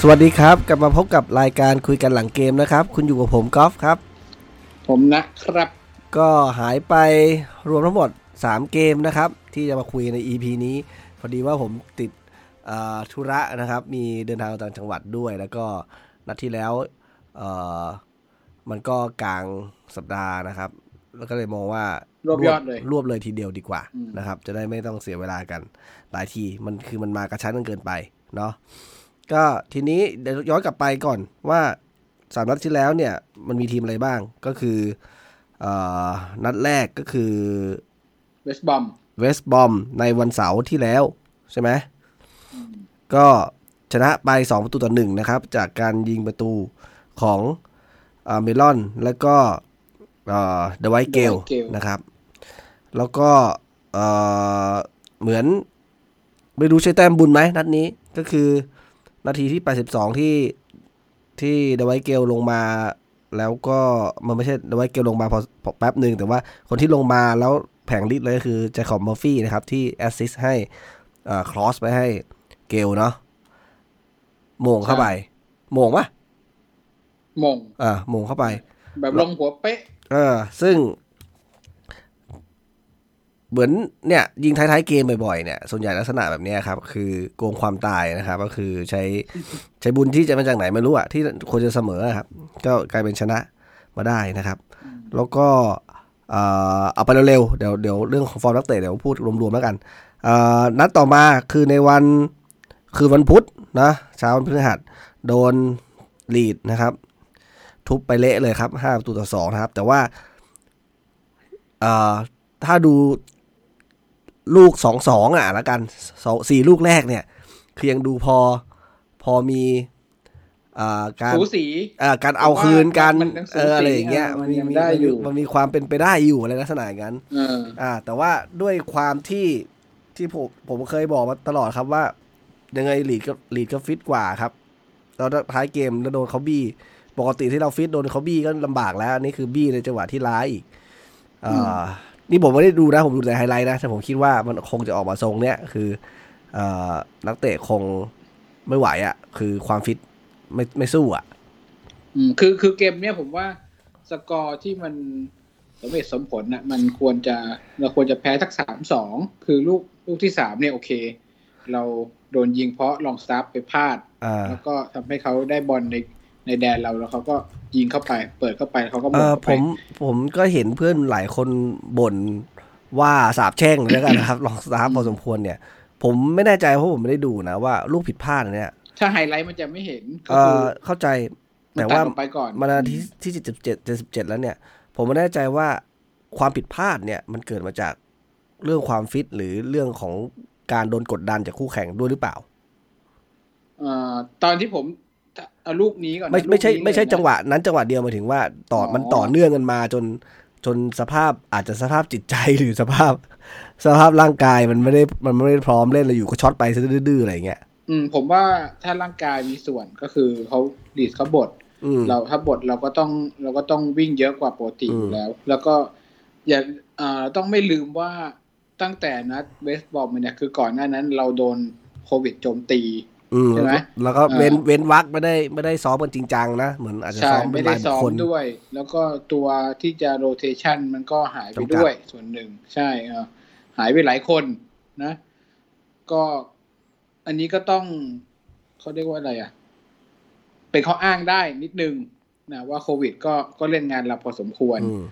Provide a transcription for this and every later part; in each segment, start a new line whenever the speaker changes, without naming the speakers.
สวัสดีครับ กลับมาพบกับรายการคุยกันหลังเกมนะครับ คุณอยู่กับผมกอล์ฟครับ
ผมนะครับ
ก็หายไปรวมทั้งหมด 3 เกมนะครับ ที่จะมาคุยใน EP นี้ พอดีว่าผมติดเอ่อธุระนะครับ มีเดินทางต่างจังหวัดด้วย แล้วก็นัดที่แล้วเอ่อมันก็กลางสัปดาห์นะครับ แล้วก็เลยมองว่าร
วบยอดเลย
รวบเลยทีเดียวดีกว่า
อืม
นะครับ จะได้ไม่ต้องเสียเวลากันหลายทีมันคือมันมากระชั้นกันเกินไปเนาะก็ทีนี้เดี๋ยวย้อนกลับไปก่อนว่าสามนัดที่แล้วเนี่ยมันมีทีมอะไรบ้างก็คือ เอ่อนัดแรกก็คือ
เวสบอม
เวสบอมในวันเสาร์ที่แล้วใช่ไหม ก็ชนะไป 2 ประตูต่อหนึ่งนะครับ จากการยิงประตูของเอ่อเมลอน แล้วก็เดวายเกล นะครับ แล้วก็เอ่อเหมือน ไม่รู้ใช้แต้มบุญไหมนัดนี้ก็คือนาทีที่ 82 ที่ที่เดวายเกลลงมา แล้วก็มันไม่ใช่เดวายเกลลงมาพอพอแป๊บหนึ่งแต่ว่าคนที่ลงมาแล้วแผงลิดเลยก็คือแจคอบมอร์ฟี่นะครับ ที่แอสซิสต์ให้ครอสไปให้เกลเนาะโมงเข้าไปโมงปะ
มง
อ่าโมงเข้าไป
แบบลงหัวเป๊ะ
เออซึ่ง เหมือนเนี่ย ยิงท้าย ๆ เกมบ่อยๆเนี่ย ส่วนใหญ่ลักษณะแบบเนี้ยครับ คือโกงความตายนะครับ ก็คือใช้ใช้บุญที่จะมาจากไหนไม่รู้อะที่ควรจะเสมออะครับ ก็กลายเป็นชนะมาได้นะครับ แล้วก็เอ่อเอาไปเร็วๆเดี๋ยวเดี๋ยวเรื่องของฟอร์มนักเตะเดี๋ยวพูดรวมๆแล้วกันเอ่อนัดต่อมาคือในวันคือวันพุธนะเช้าวันพฤหัสโดนลีดนะครับ ทุบไปเละเลยครับห้าประตูต่อสองนะครับ แต่ว่าเอ่อถ้าดูลูกสองสองอ่ะละกันสองสี่ลูกแรกเนี่ย คือยังดูพอพอมีเอ่อการ
สูสี
เอ่อการเอาคืนการ
มันยังสูสี
เอออะไรอย่างเงี้ย
อ่ะ
มั
มัน น
มี
ยัง
มี
ได้อยู่
มันมีความเป็นไปได้อยู่อะไรลักษณะอย่างนั้น
เออ
อ่า แต่ว่าด้วยความที่ที่ผมผมเคยบอกมาตลอดครับว่า ยังไงลีดก็ลีดก็ฟิตกว่าครับเราท้ายเกมแล้วโดนเขาบี้ปกติที่เราฟิตโดนเขาบี้ก็ลำบากแล้วอันนี่คือบี้ในจังหวะที่ร้ายอีกอ่านี่ผมไม่ได้ดูนะ ผมดูแต่ไฮไลท์นะแต่ผมคิดว่ามันคงจะออกมาทรงเนี้ยคือเอ่อนักเตะคงไม่ไหวอะ่ะ คือความฟิตไม่ไม่สู้อ่ะ
อืมคือคือเกมเนี้ยผมว่าสกอร์ที่มันสมเหตุสมผลนะมันควรจะเราควรจะแพ้ทักสามสองคือลูกลูกที่สามเนี่ยโอเค เราโดนยิงเพราะลองซับไปพลาด
อ่า
แล้วก็ทำให้เขาได้บอลในในแดนเราแล้วเขาก็ยิงเข้าไป เปิดเข้าไปแล้วเขาก็ม
เออผ
เข้าไป
มผมก็เห็นเพื่อนหลายคนบ่นว่าสาบแช่งแล้วกัน นะครับ ลองสาบพอสมควรเนี่ย ผมไม่แน่ใจเพราะผมไม่ได้ดูนะว่าลูกผิดพลาดเนี่ย
ถ้าไฮไลท์มันจะไม่เห็นก็
เอ
คือ
อเข้าใจ
มัน
แต่ว่า
ดออกไปก่อน
มานาทีที่เจ็ดสิบเจ็ดเจ็ดสิบเจ็ดแล้วเนี่ย ผมไม่แน่ใจว่าความผิดพลาดเนี่ย มันเกิดมาจากเรื่องความฟิตหรือเรื่องของการโดนกดดันจากคู่แข่งด้วยหรือเปล่า
เอ่อตอนที่ผมเอาลูกนี้ก่อนนะ
ไม่ไม่ใช่
ลูกนี้เลยนะ
ไม่ใช่จังหวะนั้นจังหวะเดียวหมายถึงว่าต่ออ
อ
มันต่อเนื่องกันมาจนจนสภาพอาจจะสภาพจิตใจ หรือสภาพ สภาพร่างกายมันไม่ได้มันไม่ได้พร้อมเล่นเลยอยู่ก็ช็อตไปซะดื้อๆอะไรอย่างเงี้ย
อืมผมว่าถ้าร่างกายมีส่วนก็คือเขาดีดเขาบด
อืม
เราถ้าบดเราก็ต้องเราก็ต้องวิ่งเยอะกว่าปกติ
อืม
อยู่แล้ว แล้วก็อย่าเอ่อต้องไม่ลืมว่าตั้งแต่นัดเวสบอลมันเนี่ยคือก่อนหน้านั้นเราโดนโควิดโจมตี
อืม
ใช่ไหม
แล้วก็
อ่า
เว้นเว้นวักไม่ได้ไม่ได้ซ้อมกันจริงจังนะ เหมือนอาจจะ
ใช่
ซ้อมเป็
ไม่
น
ได้
รายบุ
ซ้
ค
อ
ค
ม
ล
ด้วย แล้วก็ตัวที่จะโรเ t ชันมันก็หายไป
จำกัด
ด้วยส่วนหนึ่ง ใช่เอ่อหายไปหลายคนนะ ก็อันนี้ก็ต้องเขาเรียกว่าอะไรอ่ะ เป็นข้ออ้างได้นิดนึงนะว่าโควิดก็ก็เล่นงานเราพอสมควร
อืม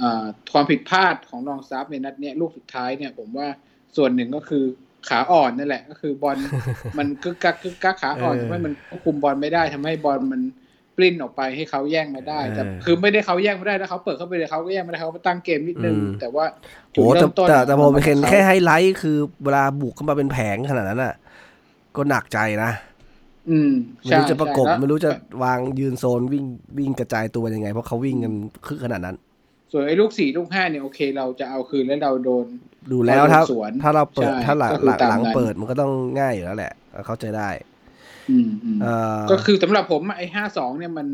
อ่าความผิดพลาดของรองซับในนัดเนี้ยลูกสุดท้ายเนี่ย ผมว่าส่วนหนึ่งก็คือขาอ่อนนั่นแหละ ก็คือบ อล มันกึกกักกึกกักขาอ่อนทำให้มันควบคุมบอลไม่ได้ทำให้บอลมันปลิ้นออกไปให้เขาแย่งมาได้แต่
เออ
คือไม่ได้เขาแย่งไม่ได้แล้วเขาเปิดเข้าไปเลยเขาก็แย่งไม่ได้เขาก็ตั้งเกมนิดนึง
อืม
แต่ว่า
โอ้แต่
จุดเริ่มต้น
แต่แต่ผมเห็น
ของขา
แค่ไฮไลท์คือเวลาบุกเข้ามาเป็นแผงขนาดนั้นอ่ะ ก็หนักใจนะ
อืม
ไม่
ใช่
รู้จะประกบ
ใช่แล้ว
ไม่รู้จะวางยืนโซนวิ่งวิ่งกระจายตัวยังไง เพราะเขาวิ่งกันคือขนาดนั้น
ส่วนไอ้ลูกสี่ลูกห้าเนี่ยโอเคเราจะเอาคืนแล้วเราโดน
ดูแล้วถ้า
เราดูสวน
ถ้าเราเปิด
ใช่
ถ้าหลัง
ก็
ห
คือ
ลัง
ตาม
หลัง
นั้น
เปิดมันก็ต้องง่ายอยู่แล้วแหละเออเข้าใจได้
อืมอืม
เอ่อ
ก็คือสำหรับผมอะไอ้ห้าสองเนี่ยมัน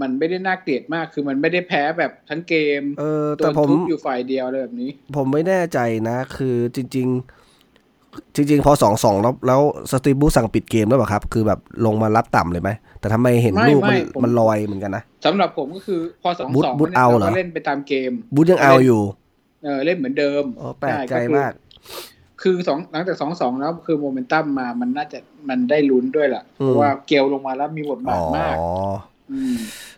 มันไม่ได้น่าเกลียดมาก คือมันไม่ได้แพ้แบบทั้งเกม
เออ
โด
แต่
น
ผม
ทุบอยู่ฝ่ายเดียวอะไรแบบนี้
ผมไม่แน่ใจนะ คือจริง ๆ จริง ๆ พอสองสองแล้วแล้วสตีฟบูธสั่งปิดเกมแล้วเปล่าครับ คือแบบลงมารับต่ำเลยไหม แต่ทำไมเห็น
ไม่
ลูก
ไม่
มัน
ผม
มันลอยเหมือนกันนะ
สำหรับผมก็คือพอสอง
บุ๊ด
สอง
บุ๊ดเอาเหรอ
ก็เล่นไปตามเกม
บูธยังเอาอยู่
เออเล่นเหมือนเดิม
อ๋อแปลกใจ
ช่คือ
มาก
คือสองหลังจากสองสองแล้วคือโมเมนตัมมามันน่าจะมันได้ลุ้นด้วยล่ะ
อืม
เพราะว่าเกลลงมาแล้วมีบทบา
อ๋
ท
อ
มากม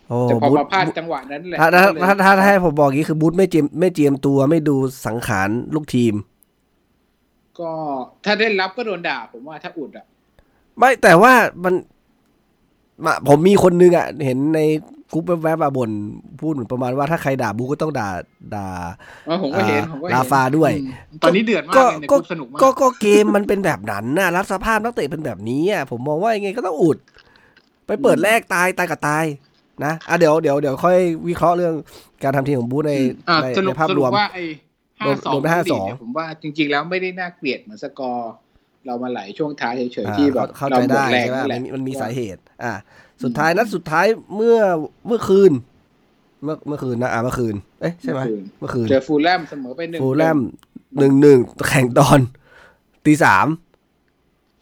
โอ้
แต่พอ
บูธ
มาพลาดจังหวะนั้นแหละ
ถ้าถ้า
ก็เลย
ถ้าถ้าถ้าให้ผมบอกอย่างนี้คือบูธไม่เจียมไม่เจียมตัวไม่ดูสังขารลูกทีม
ก็ถ้าได้รับก็โดนด่าผมว่าถ้าอุดอ่ะ
ไม่แต่ว่ามันมาผมมีคนนึงอ่ะ เห็นในกรุ๊ปแวบๆมาบ่นพูดเหมือนประมาณว่าถ้าใครด่าบูก็ต้องด่าด่า
ว่าผมก็เห็น
อ่า
ผมก็เห็น
ลาฟาด้วย
อืมตอนนี้เดือดมาก
ก็
เลยในก
ก็
รุ๊ปสนุกมาก
ก็ก็เกมมันเป็นแบบนั้นนะรับสภาพนักเตะเป็นแบบนี้อ่ะผมมองว่ายังไงก็ต้องอุด ไปเปิดแรกตายตายกับตายนะอ่ะเดี๋ยวเดี๋ยวเดี๋ยวค่อยวิเคราะห์เรื่องการทำทีมของบูใน
อืมอ่า
ใน
สรุ
ใน
ป
ภาพ
ส
ร
รุป
วม
ว่าไอ้ห้าร
วม
สอง
รวมได้
สี่
5-2
เนี่ยผมว่าจริง ๆ แล้วไม่ได้น่าเกลียดเหมือนสกอร์เรามาไหลช่วงท้ายเฉย
อ่า
ๆที่แบบ
เข้า
เรา
ใจ
หมด
ได้
แรง
ใช่ไหม
นั่นแห
มัน
ละ
มีมันมีสาเหตุ อ่ะ
ม
สุดท้ายนัดสุดท้ายเมื่อเมื่อคืน เมื่อเมื่อคืนนะอ่ะเมื่อคืนเอ๊ะใช่ไหม
เออ
เมื่อคืน
เจอฟูลแลมเสมอไปหนึ่ง
ฟูลแลมหนึ่งหนึ่งแข่งตอนตีสาม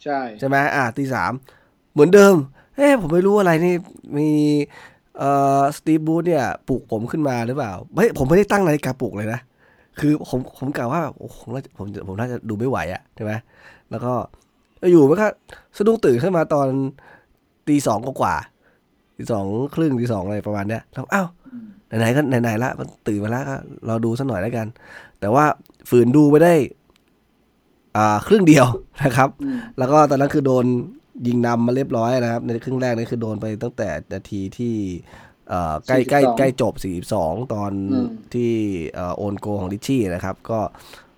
ใช่
ใช่ไหมอ่าตีสามเหมือนเดิม เอ้ผมไม่รู้อะไรนี่มีเอ่อสตีบูธเนี่ยปลุกผมขึ้นมาหรือเปล่าเฮ้ยผมไม่ได้ตั้งนาฬิกาปลุกเลยนะ คือผมผมกล่าวว่าแบบโอ้โหผมน่าจะผมผมน่าจะดูไม่ไหวอะใช่ไหมแล้วก็อยู่ๆมันก็สะดุ้งตื่นขึ้นมาตอนตีสองกว่าๆตีสองครึ่งตีสองอะไรประมาณเนี้ยแล้วอ้าว
อืม
ไหนๆก็ไหนๆละมันตื่นมาแล้วก็รอดูสักหน่อยแล้วกัน แต่ว่าฝืนดูไปได้ อ่าครึ่งเดียวนะครับ
อืม
แล้วก็ตอนนั้นคือโดนยิงนำมาเรียบร้อยนะครับ ในครึ่งแรกนี่คือโดนไปตั้งแต่นาทีที่เอ่อใกล้ใกล้ใกล้จบ 42 ตอนที่เอ่อโอนโกของลิชชี่นะครับ ก็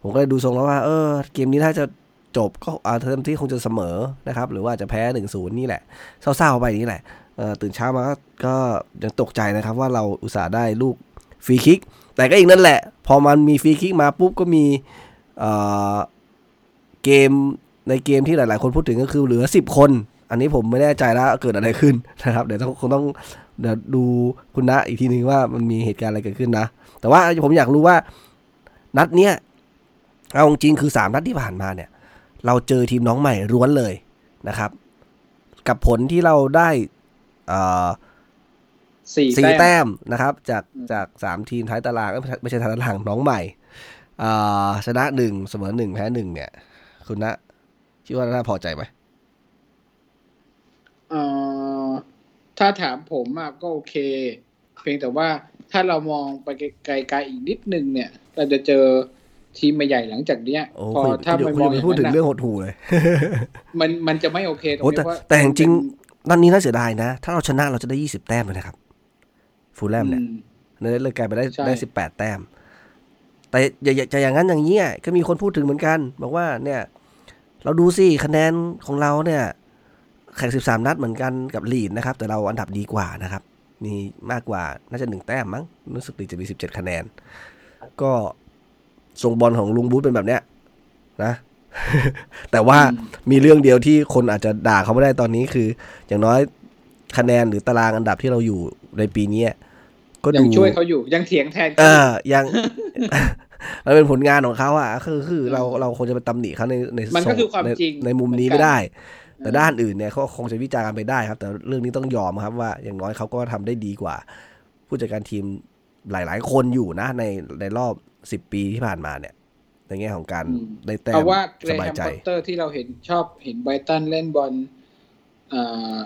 ผมก็เลยดูทรงแล้วว่า เออ เกมนี้ถ้าจะจบก็อาเทอมที่คงจะเสมอนะครับ หรือว่าจะแพ้ 1-0 นี่แหละ เศร้าๆไปนี่แหละเอ่อตื่นเช้ามาก็ก็ยังตกใจนะครับ ว่าเราอุตส่าห์ได้ลูกฟรีคิก แต่ก็อีกนั่นแหละ พอมันมีฟรีคิกมาปุ๊บก็มีเอ่อเกมในเกมที่หลาย ๆ คนพูดถึงก็คือเหลือ 10 คน อันนี้ผมไม่แน่ใจแล้วเกิดอะไรขึ้นนะครับ เดี๋ยวต้องคงต้องเดี๋ยวดูคุณณะอีกทีนึงว่ามันมีเหตุการณ์อะไรเกิดขึ้นนะ แต่ว่าผมอยากรู้ว่านัดเนี้ยเอาจริงๆคือสามนัดที่ผ่านมาเนี่ย เราเจอทีมน้องใหม่ร้วนเลยนะครับ กับผลที่เราได้เอ่อ
สี่
สี่
แต้ม
แต้มนะครับ จาก
อืม
จากสามทีมท้ายตารางเอ้ยไม่ใช่ไม่ใช่ท้ายตารางน้องใหม่อ่าชนะหนึ่งเสมอหนึ่งแพ้หนึ่งเนี่ย คุณนะคิดว่าน่าพอใจไหม
เอ่อถ้าถามผมอะก็โอเค เพียงแต่ว่าถ้าเรามองไปไกลๆอีกนิดนึงเนี่ย เราจะเจอทีมใหญ่ๆหลังจากเนี้ย
โอ้
พอ
คุณ
ถ้า
คุณคุ
ไม่
ณ
มอง
คุณ
อย่าง
พูดถึง
นั้น
เรื่
อะ
องหดหูเลย
มันมันจะไม่โอเคตรง
โอ้แต่
นี้ว่า
แต่จริง
มัน
นั่นนี้น่าเสียดายนะ ถ้าเราชนะเราจะได้ยี่สิบแต้มเลยนะครับ ฟูลแล
เป็น
มเนี่ย
อืม
นั่นเลยกลายไปได้
ใช่
ได้สิบแปดแต้ม แต่อย่าอย่าจะอย่างนั้นอย่างนี้ยก็มีคนพูดถึงเหมือนกัน บอกว่าเนี่ย เราดูสิคะแนนของเราเนี่ยแข่งสิบสามนัดเหมือนกันกับลีดนะครับ แต่เราอันดับดีกว่านะครับ มีมากกว่าน่าจะหนึ่งแต้มมั้งรู้สึกลีดจะมีสิบเจ็ดคะแนน ก็ทรงบอลของลุงบูธเป็นแบบเนี้ยนะ แต่ว่า
อืม
มีเรื่องเดียวที่คนอาจจะด่าเขาไม่ได้ตอนนี้คือ อย่างน้อยคะแนนหรือตารางอันดับที่เราอยู่ในปีเนี้ยก็
ยัง
ดู
ช่วยเขาอยู่ยังเถียงแทน
เอ
เขาอยู่
อยัง มันเป็นผลงานของเขาอ่ะคือคือเราเราคงจะไปตำหนิเขาในใน
มัน
ส่
ก็
ง
คือความ
ใน
จริง
ในมุมนี้
เหมือนกั
ไม่
น
ได้ แต่ด้านอื่นเนี่ยเขาคงจะวิจารณ์ไปได้ครับ แต่เรื่องนี้ต้องยอมครับว่าอย่างน้อยเขาก็ทำได้ดีกว่า ผู้จัดการทีมหลาย ๆ คนอยู่นะ ในในรอบสิบปีที่ผ่านมาเนี่ย ในแง่ของการ
อืม
ได้แต้ม
เอาว่าเกร
ส
แฮ
บาย
ม
ใจ
พอตเตอร์ที่เราเห็นชอบเห็นไบรตันเล่นบอลอ่า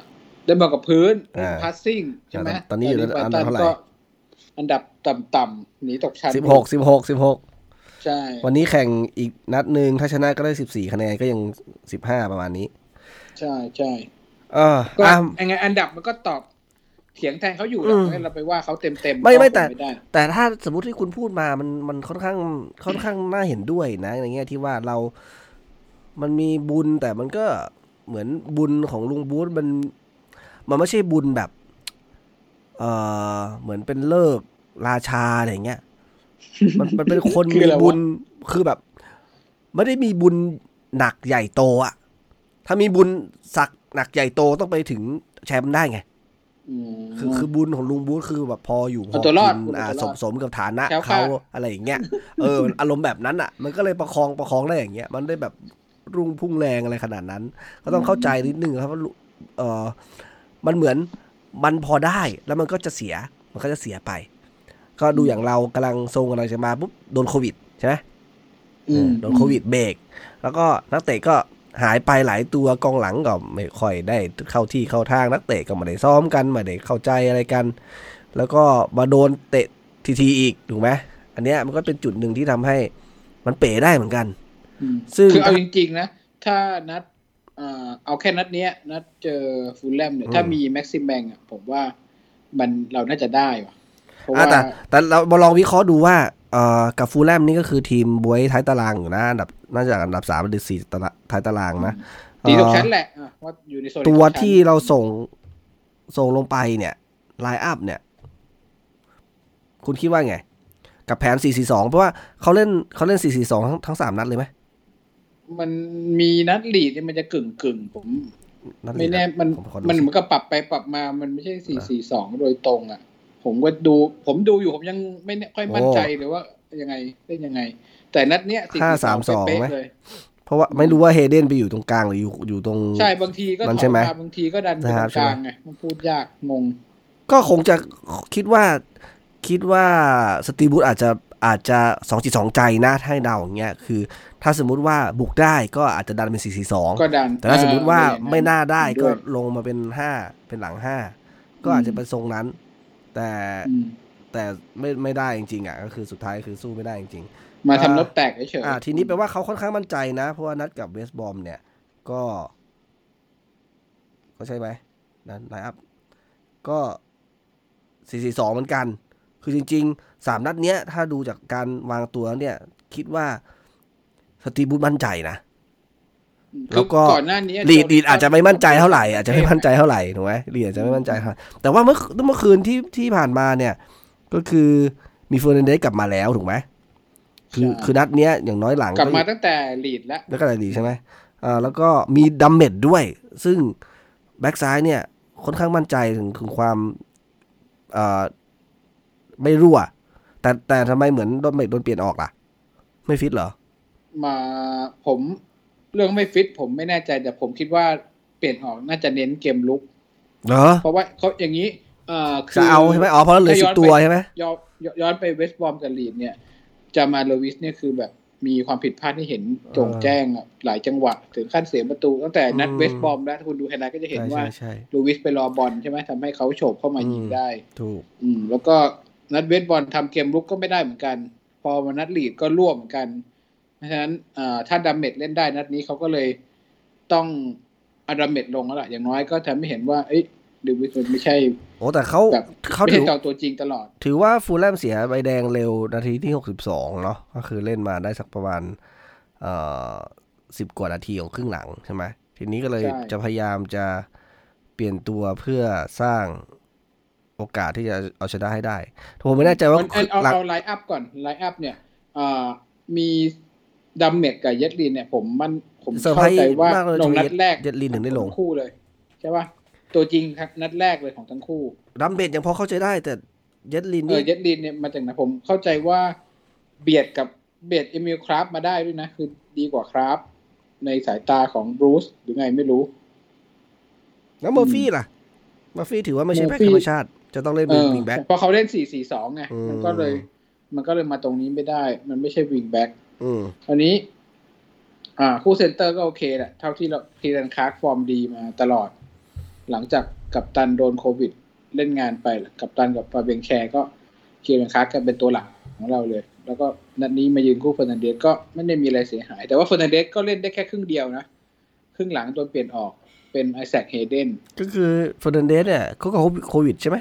เล่นบอลกับพื้น
อ่า
พาสซิ่งใช่ไหม
ตอนนี้อยู่อันดับเท่าไหร่
ก็อันดับต่ำๆหนีตกชั้น
สิบหกสิบหกสิบหก
ใช่
วันนี้แข่งอีกนัดหนึ่งถ้าชนะก็ได้สิบสี่คะแนนก็ยังสิบห้าประมาณนี้
ใช่ใช่
เออ
ก็
อ่ะ
ยังไงอันดับมันก็ตอบเถียงแทนเขาอยู่หร
อื
อก
ม
ให้เราไปว่าเขาเต็มๆ
ไม่ไม่
ก็คง
แต่
ได้
แต่ถ้าสมมติที่คุณพูดมามันมันค่อนข้างค่อนข้างน่าเห็นด้วยนะในแง่ที่ว่าเรา มันมีบุญแต่มันก็เหมือนบุญของลุงบูธมัน มันไม่ใช่บุญแบบ เออเหมือนเป็นเลิกษ์ราชาอะไรอย่างเงี้ย มันมันเป็นคน
คือ
มี
อะไรวะ
บุญคือแบบ ไม่ได้มีบุญหนักใหญ่โตอะถ้ามีบุญสักหนักใหญ่โตต้องไปถึงแชมป์ได้ไง
อืม
คือคือบุญของลุงบูธคือแบบพออยู่พอ
เอาตัวรอด
กิ
บุญ
นอ่า
เอาตั
ส
วรอ
ม
ด
สมกับฐานะ
แคล้วคลา
เขา
ด
อะไรอย่างเงี้ยเออ อารมณ์แบบนั้นอ่ะ มันก็เลยประคองประคองได้อย่างเงี้ย มันได้แบบ รุ่งพุ่งแรงอะไรขนาดนั้น ก็ต้องเข้าใจนิดนึงครับว่าเออมันเหมือนมันพอได้แล้วมันก็จะเสียมันก็จะเสียไป ก็ดูอย่างเรากำลังทรงกำลังจะมาปุ๊บโดนโควิดใช่ไหม
อืม
โดนโควิดเบรก แล้วก็นักเตะก็หายไปหลายตัวกองหลังก็ไม่ค่อยได้เข้าที่เข้าทางนักเตะก็ไม่ได้ซ้อมกันไม่ได้เข้าใจอะไรกัน แล้วก็มาโดนเตะทีทีอีกถูกไหมอันเนี้ยมันก็เป็นจุดหนึ่งที่ทำให้มันเป๋ได้เหมือนกัน
อืม
ซึ่ง
คือเอาจริงๆนะ ถ้านัดเอ่อเอาแค่นัดเนี้ย นัดเจอฟูลแลมเนี่ย
อืม
ถ้ามีแม็กซิมแบงอ่ะผมว่ามันเราน่าจะได้ว่ะเพราะ
อ่ะ
ว่า
แต่แต่เรามาลองวิเคราะห์ดูว่าเอ่อกับฟูลแลมนี่ก็คือทีมบวยท้ายตารางอยู่นะอันดับน่าจะอันดับสามหรือสี่ตารางท้ายตารางนะ
ดีตกชั้นแหละอ่ะว่าอยู่ในโซน
ตัว
กชั้น
ที่เราส่งส่งลงไปเนี่ยไลน์อัพเนี่ย คุณคิดว่าไง กับแผน 442 เพราะว่าเขาเล่นเขาเล่น 442 ทั้งทั้งสามนัดเลยไหม
มันมีนัดลีดเนี่ยมันจะกึ่งกึ่งๆผม
นัด
ไม่แน่
เดียว
มัน
ผมขอดู
มัน
สิ
เหมือนกับปรับไปปรับมามันไม่ใช่สี่สี่สองโดยตรงอ่ะ ผมก็ดู ผมดูอยู่ผมยังไม่แน่ค่อยมั่นใจเลยว่ายังไงเล่นยังไง แต่นัดเนี้ยสี่
ห้า
ส
สามสอง
เป๊ะ
ไหม
ๆเลย
เพราะว่าไม่รู้ว่าเฮเดนไปอยู่ตรงกลางหรืออยู่อยู่ตรง
ใช่บางทีก็
มันใช่ไหม
ถอดาบางทีก็ดันไปตรงกลางไงมันพูดยากงง
ก็คงจะคิดว่าคิดว่าสตีบูธอาจจะอาจจะสองจิตสองใจนะถ้าให้เดาอย่างเงี้ยคือ ถ้าสมมุติว่าบุกได้ก็อาจจะดันเป็น 442
ก็ดัน
แต่ถ้าสมมติว่า
เออ
ไม่น่าได้ก็
วย
ลงมาเป็นห้าเป็นหลังห้าก็
อืม
อาจจะเป็นทรงนั้น แต่
อืม
แต่ไม่ไม่ได้จริงๆอ่ะก็คือสุดท้ายคือสู้ไม่ได้จริง
มา
อ่า
ทำรถแตกเฉย
ๆอ่าทีนี้แปลว่าเขาค่อนข้างมั่นใจนะ เพราะว่านัดกับเวสบอมเนี่ย ก็ก็ใช่ไหมนัดไลน์อัพก็สี่สี่สองเหมือนกัน คือจริงๆสามนัดเนี้ย ถ้าดูจากการวางตัวเนี่ย คิดว่าสตีบูธมั่นใจนะ
คือ
แล้วก็
ก่อนหน้านี้
ลีดลีดอาจจะไม่มั่นใจเท่าไหร่อาจจะไม่มั่นใจเท่าไหร่ถูกไหมลีดอาจจะไม่มั่นใจเท่าไหร่แต่ว่าเมื่อเมื่อคืนที่ที่ผ่านมาเนี่ย ก็คือมีเฟอร์นันเดสกลับมาแล้วถูกไหมคือคือนัดเนี้ยอย่างน้อยหลัง
กลับมา
ก็
ตั้งแต่ลีดแล้ว
แล้วก็อะไรดีใช่ไหมอ่าแล้วก็มีดัมเมดด้วย ซึ่งแบ็กซ้ายเนี่ยค่อนข้างมั่นใจถึงถึงความอ่าไม่รั่ว แต่แต่ทำไมเหมือนดัมเมดโดนเปลี่ยนออกล่ะ ไม่ฟิตเหรอ
มาผมเรื่องไม่ฟิตผมไม่แน่ใจแต่ผมคิดว่าเปลี่ยนออกน่าจะเน้นเกมลุก
เหรอ
เพราะว่าเขาอย่างนี้เอ่อคื
จะ
อ
เอาใช่ไหมอ๋อเพราะเหลือสิบตัวใช่ไหม
ย้อนย้อนไปเวสต์บอมกับลีดเนี่ยจามาโลวิสเนี่ยคือแบบมีความผิดพลาดที่เห็นโจงแจ้งอะหลายจังหวะถึงขั้นเสียประตู ตั้งแต่นัด
อืม
เวสต์บอมแล้วถ้าคุณดูไฮไลท์ก็จะเห็น
ใช่
ว่า
ใช่ใช่
โลวิสไปรอบอลใช่ไหมทำให้เขาโฉบเข้ามายิง
อืม
ได้
ถูก
อืม แล้วก็นัดเวสต์บอลทำเกมลุกก็ไม่ได้เหมือนกัน พอมานัดลีดก็ร่วมเหมือนกัน เพราะฉะนั้นอ่าถ้าดัมเมดเล่นได้นัดนี้เขาก็เลยต้องเอาดัมเมดลงแล้วล่ะอย่างน้อยก็ทำให้เห็นว่าเอ้ยดูวิสมันไม่ใช่
โอ้แต่เขา
แบบ
เขา
ไม่
ถือ
ใช่จอตัวจริงตลอด
ถือว่าฟูลแลมเสียใบแดงเร็วนาทีที่ 62 เนาะก็คือเล่นมาได้สักประมาณเอ่อสิบกว่านาทีของครึ่งหลังใช่ไหมทีนี้ก็เลย
ใช่
จะพยายามจะเปลี่ยนตัวเพื่อสร้างโอกาสที่จะเอาชนะให้ได้ผมไม่แน่ใจว่า
มันเอา
หลัง
เอาไลน์อัพก่อนไลน์อัพเนี่ยเอ่อมีดัมเมดกับเยดลินเนี่ย ผมมันผม
เซอร์ไพรส์
เข้าใจว่า
ากเลย
ลงนัดแรก
เจ็ดลินถึงได้ลง
ทั้คู่เลย ใช่ป่ะตัวจริงครับนัดแรกเลยของทั้งคู่
ดัมเบดยังพอเข้าใจได้ แต่เจ็ดลิน
เอ
นี่
อเยดลินเนี่ยมาจากไหนผมเข้าใจว่าเบียดกับเบียดเอมิลคราฟมาได้ด้วยนะ คือดีกว่าคราฟในสายตาของบรูซหรือไงไม่รู้
แล้วเมอร์ฟี่ล่ะเมอร์ฟี่ถือว่าไม่ใช่แบ็คธรรมชาติ จะต้องเล่น
เอ
เป็น
อ
วิงแบ็ค
เพราะเขาเล่นสี่สี่สองไง
อืม
มันก็เลย มันก็เลยมาตรงนี้ไม่ได้ มันไม่ใช่วิงแบ็ก
อืม
อันนี้ อ่า คู่เซนเตอร์ก็โอเคแหละ เท่าที่เราคีรันคาร์กฟอร์มดีมาตลอด หลังจากกัปตันโดนโควิด เล่นงานไป กัปตันกับฟาเบียงแชร์ก็คีรันคาร์กกันเป็นตัวหลักของเราเลย แล้วก็นัดนี้มายืนคู่เฟอร์นันเดสก็ไม่ได้มีอะไรเสียหาย แต่ว่าเฟอร์นันเดสก็เล่นได้แค่ครึ่งเดียวนะ ครึ่งหลังตัวเปลี่ยนออกเป็นไอแซคเฮเดน
ก็คือเฟอร์นันเดสเนี่ยเขาก็โควิดใช่ไหม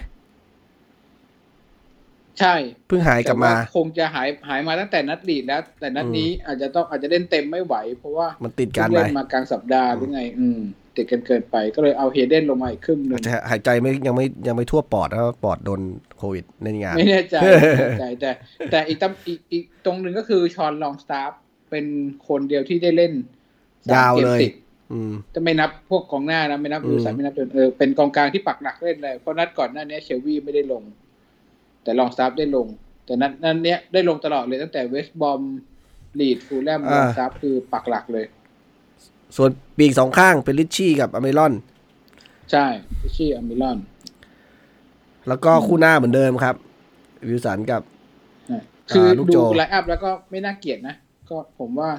ใช่
เพิ่งหายกลับมา
แต่ว่คงจะหายหายมาตั้งแต่นัดลีดแล้ว แต่นัดนี้อาจจะต้องอาจจะเล่นเต็มไม่ไหว เพราะว่า
มันติดการไป
เล่นมากลางสัปดาห์หรือไง อืมติดกันเกินไปก็เลยเอาเฮเดนลงมาอีกครึ่งหนึ่
อาจ
ง
จะหายใจไม่ยังไม่ยังไม่ทั่วปอดแล้วาปอดโดนโควิดในงาน
ไม่แน่ ใจไม่แน่ใจแต่ แต่อีกตำอีกอีกตรงหนึ่งก็คือชอนลองสตาฟเป็นคนเดียวที่ได้เล่นสม
ยาวเลย
กมติด
อืม
จะไม่นับพวกกองหน้านะไม่นับ
อืม
ดูสามไม่นับจนเออเป็นกองกลางที่ปักหลักเล่นเลยเพราะนัดก่อนหน้านี้เชลวีไม่ได้ลง แต่ลองสตาฟได้ลง แต่นัดนัดเนี้ยได้ลงตลอดเลยตั้งแต่เวสต์บอมลีดฟูลแลมลองสตาฟคือปักหลักเลย
ส่วนปีกสองข้างเป็นลิชชี่กับอเมรอน
ใช่ลิชชี่อมิลอน
แล้วก็คู่หน้าเหมือนเดิมครับ วิลสันกับ
คือ
ลูก
ดู
โจ
ไลน์อัพแล้วก็ไม่น่าเกลียดนะ ก็ผมว่า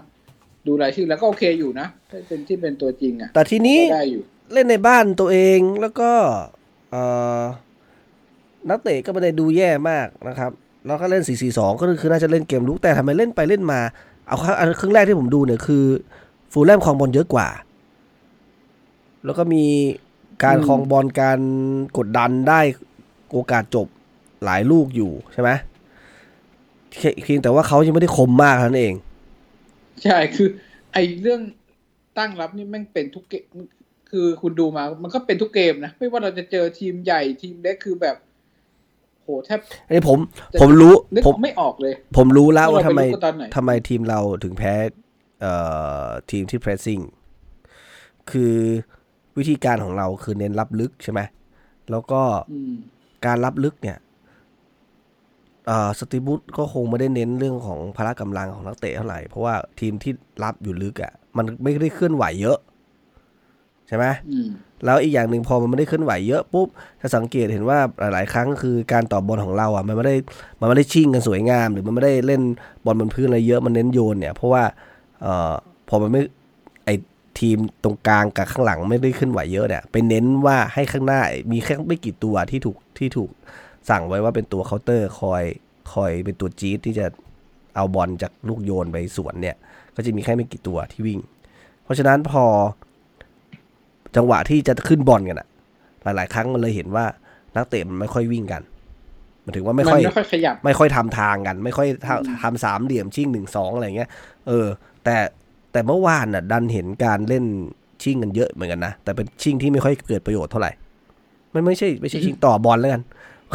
ดูรายชื่อแล้วก็โอเคอยู่นะถ้าเป็นที่เป็นตัวจริงอ่ะ
แต่ทีนี้
ก็ได้อยู่
เล่นในบ้านตัวเองแล้วก็เอ่อนักเตะก็ไม่ได้ดูแย่มากนะครับ แล้วก็เล่น 4 4 2 ก็คือน่าจะเล่นเกมลุกแต่ทำไมเล่นไปเล่นมา เอาครั้งอันครึ่งแรกที่ผมดูเนี่ยคือฟูลแลมครองบอลเยอะกว่า แล้วก็มีการ
อืม
ครองบอลการกดดันได้โอกาสจบหลายลูกอยู่ใช่ไหมเพียเพียงแต่ว่าเขายังไม่ได้คมมากเท่านั้นเอง
ใช่คือ ไอเรื่องตั้งรับนี่แม่งเป็นทุกเกมคือคุณดูมา มันก็เป็นทุกเกมนะ ไม่ว่าเราจะเจอทีมใหญ่ทีมเล็กคือแบบ โหแทบ
อันนี้ผมผมรู้
นึก
ผม
ไม่ออกเลย
ผมรู้แล้วว่า
เร
ทำไม
ไปรู้กันตอนไหน
ทำไมทีมเราถึงแพ้เอ่อทีมที่ pressing คือวิธีการของเราคือเน้นรับลึกใช่ไหมแล้วก็
อืม
การรับลึกเนี่ยเอ่อสติบูตก็คงไม่ได้เน้นเรื่องของพละกำลังของนักเตะเท่าไหร่ เพราะว่าทีมที่รับอยู่ลึกอะ่ะ มันไม่ได้เคลื่อนไหวเยอะ ใช่ไหม
อืม
แล้วอีกอย่างหนึ่งพอมันไม่ได้เคลื่อนไหวเยอะปุ๊บจะสังเกตเห็นว่าหลาย ๆ ครั้งคือการต่อบอลของเราอ่ะมันไม่ได้มันไม่ได้ชิ่งกันสวยงาม หรือมันไม่ได้เล่นบอลบนพื้นอะไรเยอะมันเน้นโยนเนี่ย เพราะว่าเอ่อพอมันไม่ไอทีมตรงกลางกับข้างหลังไม่ได้เคลื่อนไหวเยอะเนี่ยไปเน้นว่าให้ข้างหน้ามีแค่ไม่กี่ตัวที่ถูกที่ถูกสั่งไว้ว่าเป็นตัวเคาน์เตอร์คอยคอยเป็นตัวจี๊ดที่จะเอาบอลจากลูกโยนไปสวนเนี่ย ก็จะมีแค่ไม่กี่ตัวที่วิ่ง เพราะฉะนั้นพอ จังหวะที่จะขึ้นบอลกันอะหลาย ๆ ครั้งมันเลยเห็นว่านักเตะมันไม่ค่อยวิ่งกันหมันถึงว่า
มั
ไม่
น
ค่อย
ไม่ค่อยขยับ
ไม่ค่อยทำทางกัน ไม่ค่อยทำ
อืม
ทำสามเหลี่ยมชิ่งหนึ่งสองอะไรเงี้ยเออ แต่แต่เมื่อวานน่ะ ดันเห็นการเล่นชิ่งกันเยอะเหมือนกันนะแต่เป็นชิ่งที่ไม่ค่อยเกิดประโยชน์เท่าไหร่มันไม่ใช่ไม่ใช่ชิ่งต่อบอลแล้วกัน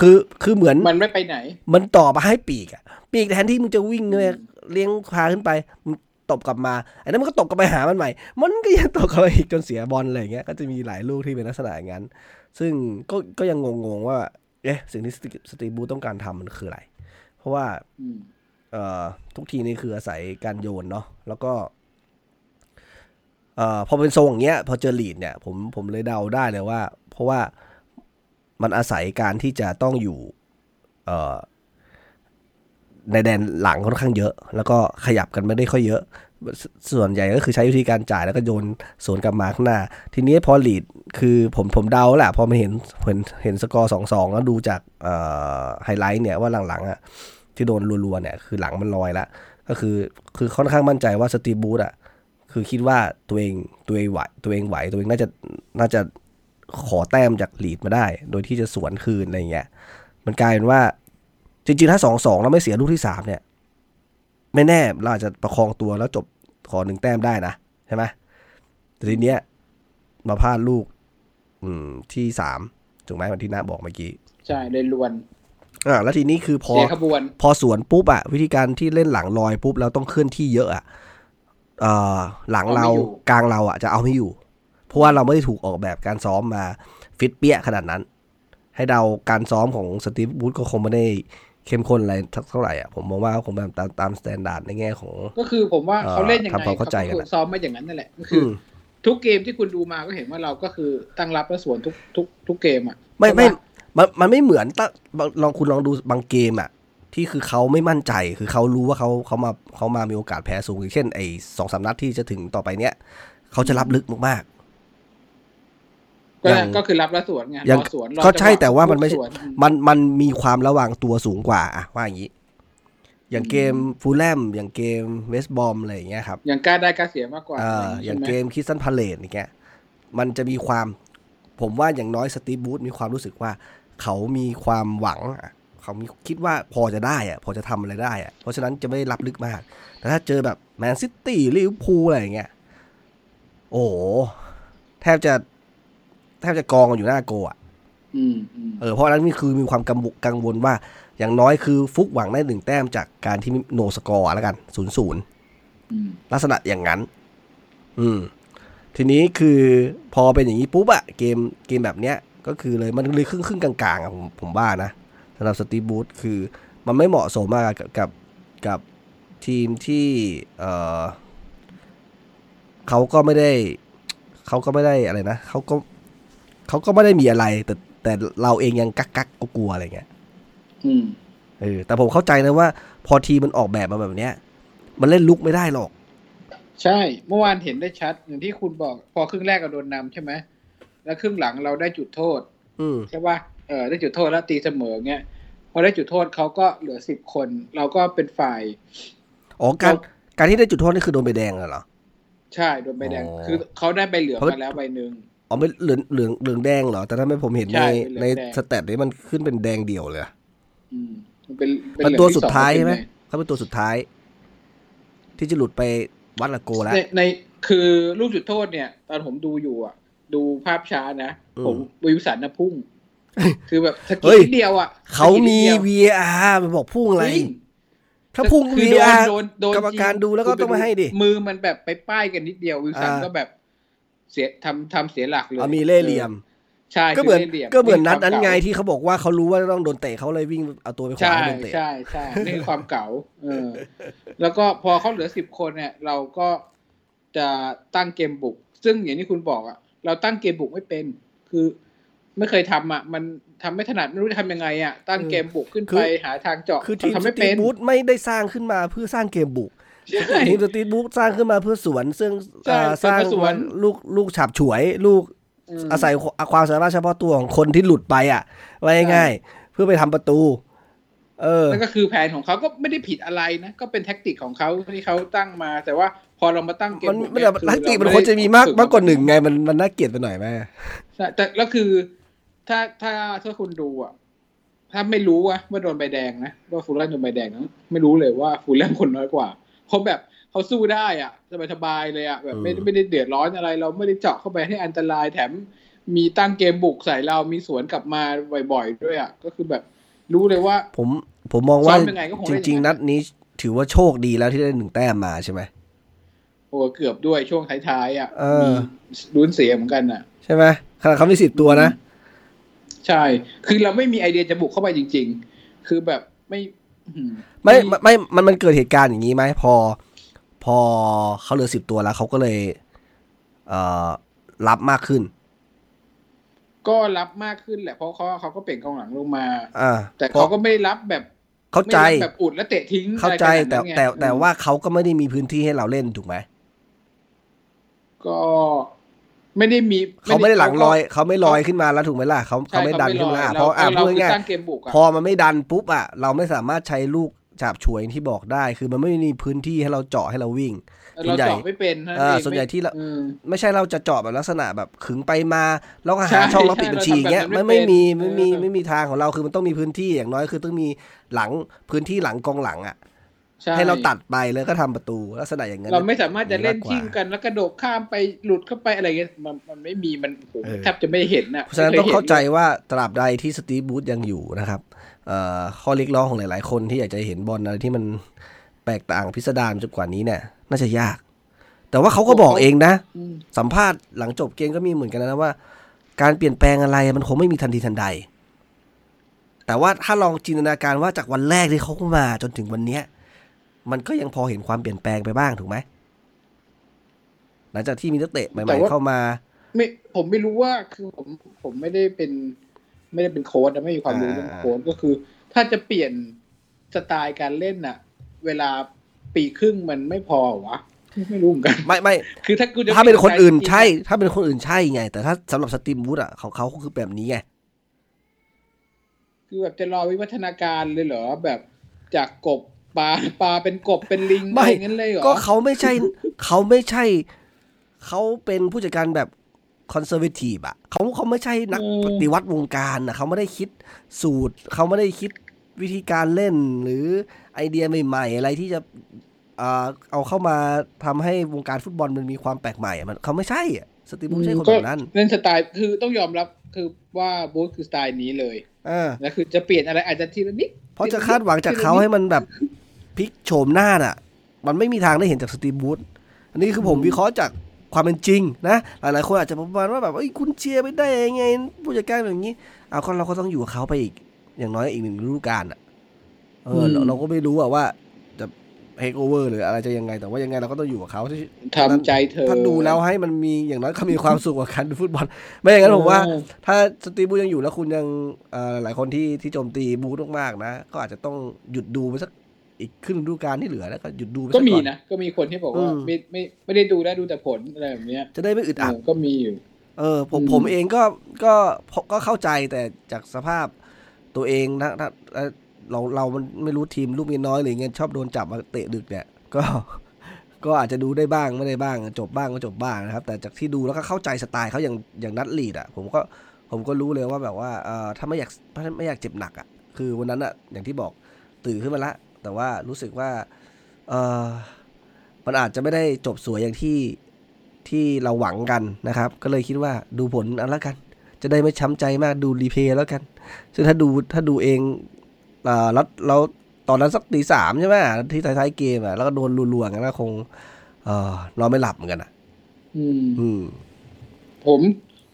คือคือเหมือน
มันไม่ไปไหน
มันต่อมาให้ปีกอะปีกแทนที่มึงจะวิ่งเลย
อืม
เลี้ยงพาขึ้นไปมึงตบกลับมาไอ้นั้นมันก็ตบกลับไปหามันใหม่ มันก็ยังตบกลับไปอีกจนเสียบอลอะไรอย่างเงี้ยก็จะมีหลายลูกที่เป็นลักษณะอย่างนั้น ซึ่งก็ก็ยังงงๆว่าเอ๊ะสิ่งที่สตีสตีบูต้องการทำมันคืออะไร เพราะว่า
อืม
เอ่อทุกทีมนี่คืออาศัยการโยนเนาะแล้วก็เอ่อพอเป็นทรงอย่างเงี้ยพอเจอลีดเนี่ยผมผมเลยเดาได้เลยว่า เพราะว่ามันอาศัยการที่จะต้องอยู่เอ่อในแดนหลังค่อนข้างเยอะ แล้วก็ขยับกันไม่ได้ค่อยเยอะสส่วนใหญ่ก็คือใช้วิธีการจ่ายแล้วก็โยนสวนกลับมาข้างหน้า ทีนี้พอลีดคือผมผมเดาแหละพอมาเห็นเห็นเห็นสกอร์สองสองแล้วดูจากเอ่อไฮไลท์เนี่ยว่าหลังๆอ่ะ ที่โดนรัวๆเนี่ยคือหลังมันลอยละก็คือคือค่อนข้างมั่นใจว่าสตีบูธอ่ะคือคิดว่าตัวเองตัวเองไหวตัวเองไหวตัวเองน่าจะน่าจะขอแต้มจากลีดมาได้ โดยที่จะสวนคืนอะไรอย่างเงี้ยมันกลายเป็นว่าจริงๆถ้าสองสองเราไม่เสียลูกที่สามเนี่ย ไม่แน่เราอาจจะประคองตัวแล้วจบขอหนึ่งแต้มได้นะใช่ไหมแต่ทีเนี้ยมาพลาดลูก อืมที่สามถูกไหมเหมือนที่น้าบอกเมื่อกี้
ใช่เลยลวน
อ่าแล้วทีนี้คือพอ
เสียขบวน
พอสวนปุ๊บอะวิธีการที่เล่นหลังลอยปุ๊บเราต้องเคลื่อนที่เยอะอะเอ่อหลังเรา
เอาไม่อยู่
กลางเราอะจะเอาไม่อยู่ เพราะว่าเราไม่ได้ถูกออกแบบการซ้อมมาฟิตเปี้ยขนาดนั้น ให้เดาการซ้อมของสตีฟบูธก็คงไม่ได้เข้มข้นอะไรสักเท่าไหร่อะผมมองว่าคงแบบตามตามสแตนดาร์ดในแง่ของ
ก็คือผมว่า
เอ่อ
เขาเล่นยังไง
ทำความเข้าใจกัน
ก็
อะ
ซ้อมมาอย่างนั้นนั่นแหละก็คืออ
ม
ทุกเกมที่คุณดูมาก็เห็นว่าเราก็คือตั้งรับและสวนทุกทุกทุกเกมอ่ะ
ไม่ไม่
เพราะว่า
มันมันไม่เหมือนตั้งลองคุณลองดูบางเกมอะที่คือเขาไม่มั่นใจคือเขารู้ว่าเขาเขามาเขามามีโอกาสแพ้สูงอย่างเช่นไอ้สองสามนัดที่จะถึงต่อไปเนี้ยเขาจะรับลึกมากๆ
ก็
อย่าง
ก็คือรับและสวนไง
อ
ร
ย่าง
อสวนรอ
เข้าใจ
จังหวะ
แต่ว่ามันไม่ใช่
สวนอืม
มันมันมีความระวังตัวสูงกว่าอะว่าอย่างนี้ อย่างเกมฟูลแลมอย่างเกมเวสต์บอมอะไรอย่างเงี้ยครับ
อย่างกล้าได้กล้าเสียมากกว่า
เออ
ใช่ไหม
อย่างเกมคิสตันพาเลตอย่างเงี้ยมันจะมีความผมว่าอย่างน้อยสตีฟบูธมีความรู้สึกว่า เขามีความหวังอะเขามีคิดว่าพอจะได้อะพอจะทำอะไรได้อะเพราะฉะนั้นจะไม่รับลึกมาก แต่ถ้าเจอแบบแมนซิตี้ลิเวอร์พูลอะไรอย่างเงี้ยโอ้โหแทบจะแทบจะกองกันอยู่หน้าโกอะ
อืมอืม
เออเพราะฉะนั้นนี่คือมีความกังวลกังวลว่า อย่างน้อยคือฟุกหวังได้หนึ่งแต้มจากการที่โนสกอร์แล้วกันศูนย์ศูนย์
อืม
ลักษณะอย่างนั้น อืม ทีนี้คือพอเป็นอย่างนี้ปุ๊บอะเกมเกมแบบเนี้ย ก็คือเลยมันเลยครึ่งครึ่งกลางๆอะผมผมว่านะสำหรับสตีบูธคือมันไม่เหมาะสมมากกับกับกับทีมที่ เอ่อ เขาก็ไม่ได้เขาก็ไม่ได้อะไรนะเขาก็เขาก็ไม่ได้มีอะไร แต่แต่เราเองยังกักกักๆกลัวๆอะไรเงี้ย
อืม
เออแต่ผมเข้าใจนะว่าพอทีมมันออกแบบมาแบบเนี้ย มันเล่นลุกไม่ได้หรอก
ใช่ เมื่อวานเห็นได้ชัด อย่างที่คุณบอก พอครึ่งแรกเราโดนนำใช่ไหมแล้วครึ่งหลังเราได้จุดโทษ
อืม
ใช่ป่ะ เออได้จุดโทษแล้วตีเสมอเงี้ย พอได้จุดโทษเขาก็เหลือสิบคน เราก็เป็นฝ่าย
อ๋อการการที่ได้จุดโทษนี่คือโดนใบแดงเหรอ
ใช่โดนใบแดง
อ๋อ
คือเขาได้ใบเหลือง
เพราะ
มาแล้วใบหนึ่ง
อ๋อไม่เหลืองเหลืองเหลืองแดงเหรอ แต่ถ้าไม่ผมเห็นใน
ใช่เป็นเหลื
ใน
องแดง
สแตทนี้มันขึ้นเป็นแดงเดี่ยวเลยอะ
อืม มันเป็นเป็น
มัน
เหลือง
ตัว
ที่
สุด
อง
ท้ายใช่ไหม
เป็นง
เขาเป็นตัวสุดท้าย ที่จะหลุดไปวัดละโกแล้ว
ในในคือลูกจุดโทษเนี่ย ตอนผมดูอยู่อ่ะ ดูภาพช้านะ
อืม
ผมวิวสันนะ พุ่ง คือแบบสะ
เฮ้ย
กิดนิดเดียวอ่ะ
เขา
สะกิดนิ
มี
ดดียว
VAR มันบอกพุ่งอะไร
จง
ถ้าพุ่ง
คือโดน
VAR
โดนโดน
กรรมการ
จ
ดูแล้วก็ต้องมาให้ดิ
มือมันแบบไปป้ายกันนิดเดียววิวสัน
อ่า
ก็แบบ เสียทำทำเสียหลักเลย
เอามีเล่ห์เหลี่ยม
ใช่
ก็เหมือน
คืล่ย
ก็เหมือนนัด
ควา
นั้นไง
เก่า
ที่เขาบอกว่าเขารู้ว่าต้องโดนเตะเขาเลยวิ่งเอาตัวไปขวา
ใช่
ให้โดนเตะ
ใช่ใช่นี่คือความเก่าเออ แล้วก็พอเขาเหลือสิบคนเนี่ย เราก็จะตั้งเกมบุก ซึ่งอย่างที่คุณบอกอะเราตั้งเกมบุกไม่เป็น คือไม่เคยทำอะมันทำไม่ถนัดไม่รู้จะทำยังไงอะตั้งเกมบุกขึ้น
คื
ไป
อ
หาทางเจาะ
คือทีม
มัน
ส
ทำไม่
ตี
เป็
ท
น
บูธไม่ได้สร้างขึ้นมาเพื่อสร้างเกมบุก
ใช่
ทีมสตรีทบูธสร้างขึ้นมาเพื่อสวน ซึ่ง
ใช่
เอ่อสร้าง
เพื่อสวน
ลูกลูกฉับฉวย ลูก
อืม
อาศัยความสามารถเฉพาะตัวของคนที่หลุดไปอ่ะไว้ง่ายๆเพื่อไปทำประตู เออ
นั่นก็คือแผนของเขาก็ไม่ได้ผิดอะไรนะ ก็เป็นแท็กติกของเขาที่เขาตั้งมา แต่ว่าพอเรามาตั้งเกม
มัน
บุก
ไม่
เนี่
ได้
ยอ
ลักติ
เร
มันควรจะมีมาก
ไได้
มากกว่าหนึ่งไงมันมันน่าเกลียดไปหน่อยไหม
ใช่แต่แล้วคือ ถ้าถ้าถ้าคุณดูอ่ะ ถ้าไม่รู้อะว่าโดนใบแดงนะว่าฟูลแลมโดนใบแดงนะไม่รู้เลยว่าฟูลแลมคนน้อยกว่าเพราะแบบเขาสู้ได้อ่ะสบายๆเลยอ่ะแบบไม่
อืม
ไม่ได้เดือดร้อนอะไร เราไม่ได้เจาะเข้าไปให้อันตรายแถม มีตั้งเกมบุกใส่เรามีสวนกลับมาบ่อยๆด้วยอ่ะก็คือแบบรู้เลยว่า
ผมผมมองว่า
ซ้อมยังไงก็ค
จ
งได้อย่างนั้น
ริง ๆ นัดนี้ถือว่าโชคดีแล้วที่ได้หนึ่งแต้มมาใช่ไหม
โอ้เกือบด้วยช่วงท้ายๆอ่ะ
เออ
มีลุ้นเสียเหมือนกันอ่ะ
ใช่ไหมขนาดเขามีสิบตัวนะ
ใช่ คือเราไม่มีไอเดียจะบุกเข้าไปจริง ๆ คือแบบไม่อื
ไม่ไม่ไม่มันมันเกิดเหตุการณ์อย่างนี้ไหมพอ พอเขาเหลือสิบตัวแล้วเขาก็เลย เอ่อรับมากขึ้น
ก็รับมากขึ้นแหละเพราะเขาเขาก็เปลี่ยนกองหลังลงมา
อ่า
แต่
พ
เขา
ระ
ก็ไม่ได้รับแบบ
เข้า
ไม่
ใจ
ได้รับแบบอุดและเตะทิ้ง
เข้าใจ
อะไรขนด
แต่
นั้นไง
แต่แต่
อืม
ว่าเขาก็ไม่ได้มีพื้นที่ให้เราเล่นถูกไหม
ก็ไม่ได้มี
เขาไม่ได้หลังลอย
เข
เขาไม่ลอยขึ้นมาแล้วถูกไหมล่ะเขา
ใช่
เขาไม่ดันขึ้นมาเพ
เขาไม่ลอย
ราะอ่ะ
เรา
พูดง่าย
เราคือสร้างเกมบุกอะ
พอมันไม่ดันปุ๊บอ่ะเราไม่สามารถใช้ลูกฉาบฉวยที่บอกได้ คือมันไม่มีพื้นที่ให้เราเจาะให้เราวิ่ง
าเรา
ส่วนใหญ่
เจาะไม่เป็น
อ่า
เอง
ส่วนใหญ่ที่เรา
อืม
ไม่ใช่เราจะเจาะแบบลักษณะแบบขึงไปมาแล้วก็
ใช่
หาช่องแล้ว
ใช่
ปิดบัญชีอย่างเงี้ย
เราทำแบบนั้
มัน นไม่
ไม่เป็น
มีไม่มี
เออ
ไม่มีทางของเราคือมันต้องมีพื้นที่อย่างน้อยคือต้องมีหลังพื้นที่หลังกองหลังอ่ะ
ช่
ให้เราตัดไปแล้วก็ทำประตูลักษณะอย่างนั้น
เราไม่สามารถจะเล่น
มากกว่า
ชิ่งกันแล้วกระโดดข้ามไปหลุดเข้าไปอะไรเงี้ยมันมันไม่มีมันโอ้โห
เออ
แทบจะไม่เห็นน่ะ
เพราะฉะนั้น
ไม่
ต้อง
คยห็
เข้าใจว่าตราบใดที่สตีฟบูธยังอยู่นะครับเอ่อข้อเรียกร้องของหลาย ๆ คนที่อยากจะเห็นบอลอะไรที่มันแปลกต่างพิสดารจนกว่านี้เนี่ยน่าจะยาก แต่ว่าเขาก็บอกเองนะ
อืม
สัมภาษณ์หลังจบเกมก็มีเหมือนกันนะว่า การเปลี่ยนแปลงอะไรมันคงไม่มีทันทีทันใด แต่ว่าถ้าลองจินตนาการว่าจากวันแรกที่เขาเข้ามาจนถึงวันเนี้ย มันก็ยังพอเห็นความเปลี่ยนแปลงไปบ้างถูกไหมหลังจากที่มีนักเตะใหม่ๆเข้ามา
ไม่ผมไม่รู้ว่าคือผมผมไม่ได้เป็น ไม่ได้เป็นโค้ดนะไม่มีความรู้
อ่า
เรื่องโค้ดก็คือ ถ้าจะเปลี่ยนสไตล์การเล่นน่ะ เวลาปีครึ่งมันไม่พอเหรอวะไม่รู้เหมือนกัน
ไม่ไม่
คือถ้ากูจะ
ถ้าเป็นคนอื่น
ลี่ยสไตล์
ใช่ ถ้าเป็นคนอื่นใช่ไง แต่ถ้าสำหรับสตรีมวูดอ่ะของเขาคือแบบนี้ไง
คือแบบจะรอวิวัฒนาการเลยเหรอแบบจากกบปลาปลาเป็นกบเป็นลิงอะ
ไม่
ไรอย่างนั้นเลยเหรอ
ก็เขาไม่ใช่ เขาไม่ใช่ เขาเป็นผู้จัดการแบบคอนเซอร์เวทีฟอ่ะเขาเขาไม่ใช่นัก
อืม
ปฏิวัติวงการนะเขาไม่ได้คิดสูตร เขาไม่ได้คิดวิธีการเล่นหรือไอเดียใหม่ ๆ อะไรที่จะอ่าเอาเข้ามาทำให้วงการฟุตบอลมันมีความแปลกใหม่อะมันเขาไม่ใช่อะสตีฟไม่ใช่คนแบบนั้น
ก็เล่นสไตล์คือต้องยอมรับคือว่าบูธคือสไตล์นี้เลย
เออ
แล้วคือจะเปลี่ยนอะไรอาจจะทีละนิด
เพราะจะคาดหวังจากเขาให้มันแบบพลิกโฉมหน้าน่ะ มันไม่มีทางได้เห็นจากสตีบูธอันนี้คือผมวิเคราะห์จากความเป็นจริงนะ หลาย ๆ คนอาจจะประมาณว่าแบบเอ้ยคุณเชียร์ไปได้ยังไงผู้จัดการแบบนี้ เอาก็เราก็ต้องอยู่กับเขาไปอีก อย่างน้อยอีกหนึ่งฤดูกาลอ่ะ เออเราเราก็ไม่รู้อะว่า จะ เฮกโอเวอร์หรืออะไรจะยังไง แต่ว่ายังไงเราก็ต้องอยู่กับเขาที่
ทำใจเธอ
ถ้าดูแล้วให้มันมีอย่างน้อยเขามีความสุขกับการดูฟุตบอล ไม่อย่างนั้นผมว่า
เออ
ถ้าสตีฟบูธยังอยู่แล้วคุณยังเอ่อหลายคนที่ที่โจมตีบูธมากๆนะ ก็อาจจะต้องหยุดดูไปสักอีกครึ่งฤดูกาลที่เหลือแล้วก็หยุดดูไปสั
ก็
ก
มี
ก่อน
นะ ก็มีคนที่บอกว่า
อืม
ไม่ไม่ไม่ได้ดูได้ดูแต่ผลอะไรแบบเนี้ย
จะได้ไม่อึด
เอ
อัด
อก็มีอยู่
เออผม
อืม
ผมเองก็ก็ก็เข้าใจแต่จากสภาพตัวเองนะถ้าถ้าเราเรามันไม่รู้ทีมลูกเมียน้อยหรือเงี้ยชอบโดนจับมาเตะดึกเนี่ยก็ ก็อาจจะดูได้บ้างไม่ได้บ้าง จบบ้างก็จบบ้างนะครับ แต่จากที่ดูแล้วก็เข้าใจสไตล์เขาอย่างอย่างนัดลีดอ่ะ ผมก็ผมก็รู้เลยว่าแบบว่าเออถ้าไม่อยากถ้าไม่อยากเจ็บหนักอ่ะคือวันนั้นอ่ะอย่างที่บอกตื่นขึ้นมาละ แต่ว่ารู้สึกว่าเออมันอาจจะไม่ได้จบสวยอย่างที่ ที่เราหวังกันนะครับ ก็เลยคิดว่าดูผลเอาละกัน จะได้ไม่ช้ำใจมากดูรีเพลย์แล้วกัน ซึ่งถ้าดูถ้าดูเองเอ่อแล้วแล้วตอนนั้นสักตีสามใช่ไหมที่ท้ายๆเกมอ่ะแล้วก็โดนรัวๆกันก็คง เออนอนไม่หลับเหมือนกันอ่ะ
อืม
อืม
ผม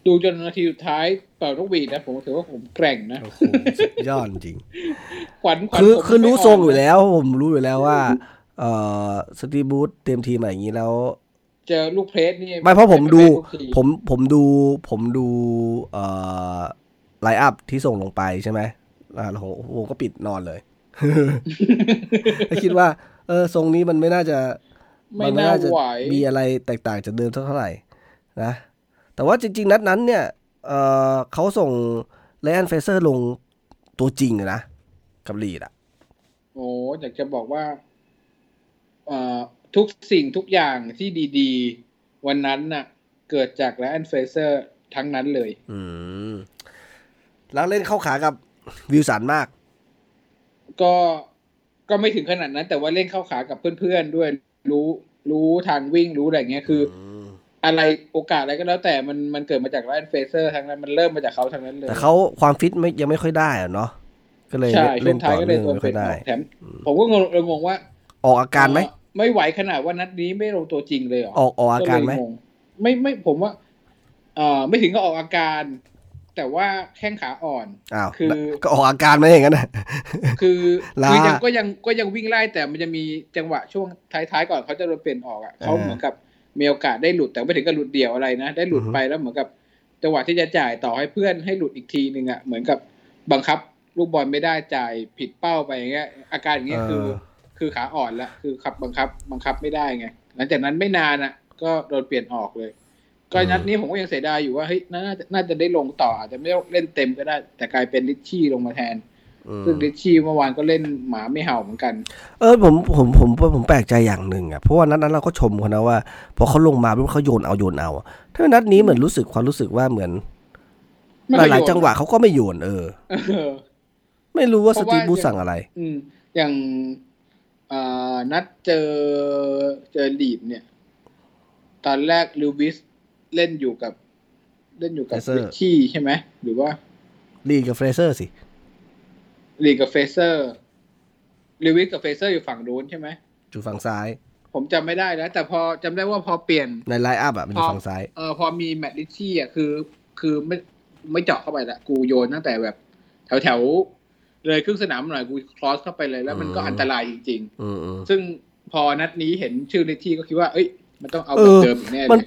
ดูจนนาทีสุดท้ายเป่านกหวีดนะผมถือว่าผมแกร่งนะ
โอ้โหสุดยอดจริ ง
ขวัญขวัญ
คือ
ผม
คือ
ไม่
รู้
ก
ทรงอยู่แล้ว ผมรู้อยู่แล้วว่า เอ่อสตีบูธเตรียมทีมมาอย่างนี้แล้ว
เจอลูกเพลสนี่
ไม่เพราะผมดู
เป็นทุกที
ผมผมดูผมดูเอ่อไลน์อัพที่ส่งลงไปใช่ไหมอ่าแล้วผมผมก็ปิดนอนเลย แล้วคิดว่า เออทรงนี้มันไม่น่าจะ
ไม่น่า
จะ
ไหว
มีอะไรแตกต่างจากเดิมเท่าไหร่นะแต่ว่าจริง ๆ นัดนั้นเนี่ยเออเขาส่งไลอันเฟเซอร์ลงตัวจริงอะนะ กับลีดอะ
โอ้อยากจะบอกว่าเอ่อทุกสิ่งทุกอย่างที่ดีๆ วันนั้นน่ะ เกิดจากแลนเฟเซอร์ทั้งนั้นเลย
อืมแล้วเล่นเข้าขากับวิลสันมาก
ก็ก็ไม่ถึงขนาดนั้น แต่ว่าเล่นเข้าขากับเพื่อนๆด้วยรู้รู้ทางวิ่งรู้อะไรอย่างเงี้ยคือ
ม
อะไรโอกาสอะไรก็แล้วแต่มันมันเกิดมาจากแลนเฟเซอร์ทั้งนั้นมันเริ่มมาจากเขาทั้งนั้นเลย
แต่เขาความฟิตไม่ยังไม่ค่อยได้อะเนาะก็เลย
ใช่ช่
เล่
วง
น
ท้า
ต่
ย
อ
ก็เล
เนื่
ย
อง
โดน
ไม่ค่
เป็
อน ยได้
แถมผมก็งงเลยงงว่า
ออกอาการไหม
เอ่อไม่ไหวขนาดว่านัดนี้ไม่ลงตัวจริงเลยเหรอ
ออกออกอาการไหม
เลยงงไม่ไม่ผมว่าเอ่อไม่ถึงก็ออกอาการ แต่ว่าแข้งขาอ่อน
อ้าว
คือ
ก็ออกอาการไหมอย่างนั้นน่ะ
คือ
ล้า
คือยังก็ยังก็ยังวิ่งไล่แต่มันจะมีจังหวะช่วงท้ายๆก่อนเขาจะโดนเปลี่ยนออกอ่ะเขาเหมือนกับมีโอกาสได้หลุดแต่ไม่ถึงกับหลุดเดี่ยวอะไรนะได้หลุดไปแล้วเหมือนกับจังหวะที่จะจ่ายต่อให้เพื่อนให้หลุดอีกทีหนึ่งอ่ะเหมือนกับบังคับลูกบอลไม่ได้จ่ายผิดเป้าไปอย่างเงี้ย อาการอย่างเงี้ยคือ
เออ
คือขาอ่อนละคือขับบังคับบังคับไม่ได้ไงหลังจากนั้นไม่นานอ่ะ ก็โดนเปลี่ยนออกเลย ก็
อืม
นัดนี้ผมก็ยังเสียดายอยู่ว่าเฮ้ยน่าจะน่าจะได้ลงต่ออาจจะไม่ได้เล่นเต็มก็ได้ แต่กลายเป็นลิชชี่ลงมาแทน
อืม
ซึ่งลิชชี่เมื่อวานก็เล่นหมาไม่เห่าเหมือนกัน
เออผมผมผมผมผมแปลกใจอย่างหนึ่งอ่ะเพราะว่านัดนั้นเราก็ชมเขานะว่าพอเขาลงมาปุ๊บเขาโยนเอาโยนเอาอะถ้านัดนี้เหมือนรู้สึกความรู้สึกว่าเหมือน
ไม่
ห
ค่อโน
ลายๆจังหวะเขาก็ไม่โยนเออ
เออ
ไม่รู้ว่า
เพ
ส
ราะว่า
ตีฟบูธสั่งอะไร
อืม อย่างเอ่อนัดเจอเจอลีดเนี่ย ตอนแรกลูวิสเล่นอยู่กับ เล่นอยู่กับ
Fraser
ลิชชี่ใช่ไหมหรือว่า
ลีดกับเฟรเซอร์สิ
ลีดกับเฟเซอร์ลูวิสกับเฟเซอร์อยู่ฝั่งนู้นใช่ไหม
อยู่ฝั่งซ้าย
ผมจำไม่ได้แล้ว แต่พอจำได้ว่าพอเปลี่ยน
ในไลน์อัพอ่ะมันอยู่ฝั่งซ้าย
เออพอมีแมตต์ลิชชี่อ่ะคือ คือไม่ไม่เจาะเข้าไปละกูโยนตั้งแต่แบบ แถวแถวๆเลยครึ่งสนามหน่อยกูคลอสเข้าไปเลยแล้วมันก็
อืม
อันตรายจริง
อืมอืม
ๆ ซึ่งพอนัดนี้เห็นชื่อลิชชี่ก็คิดว่า เอ้ย มันต้องเอา
เอ
แบบ
อ
เดิมอีกแน่เล
มัน
ย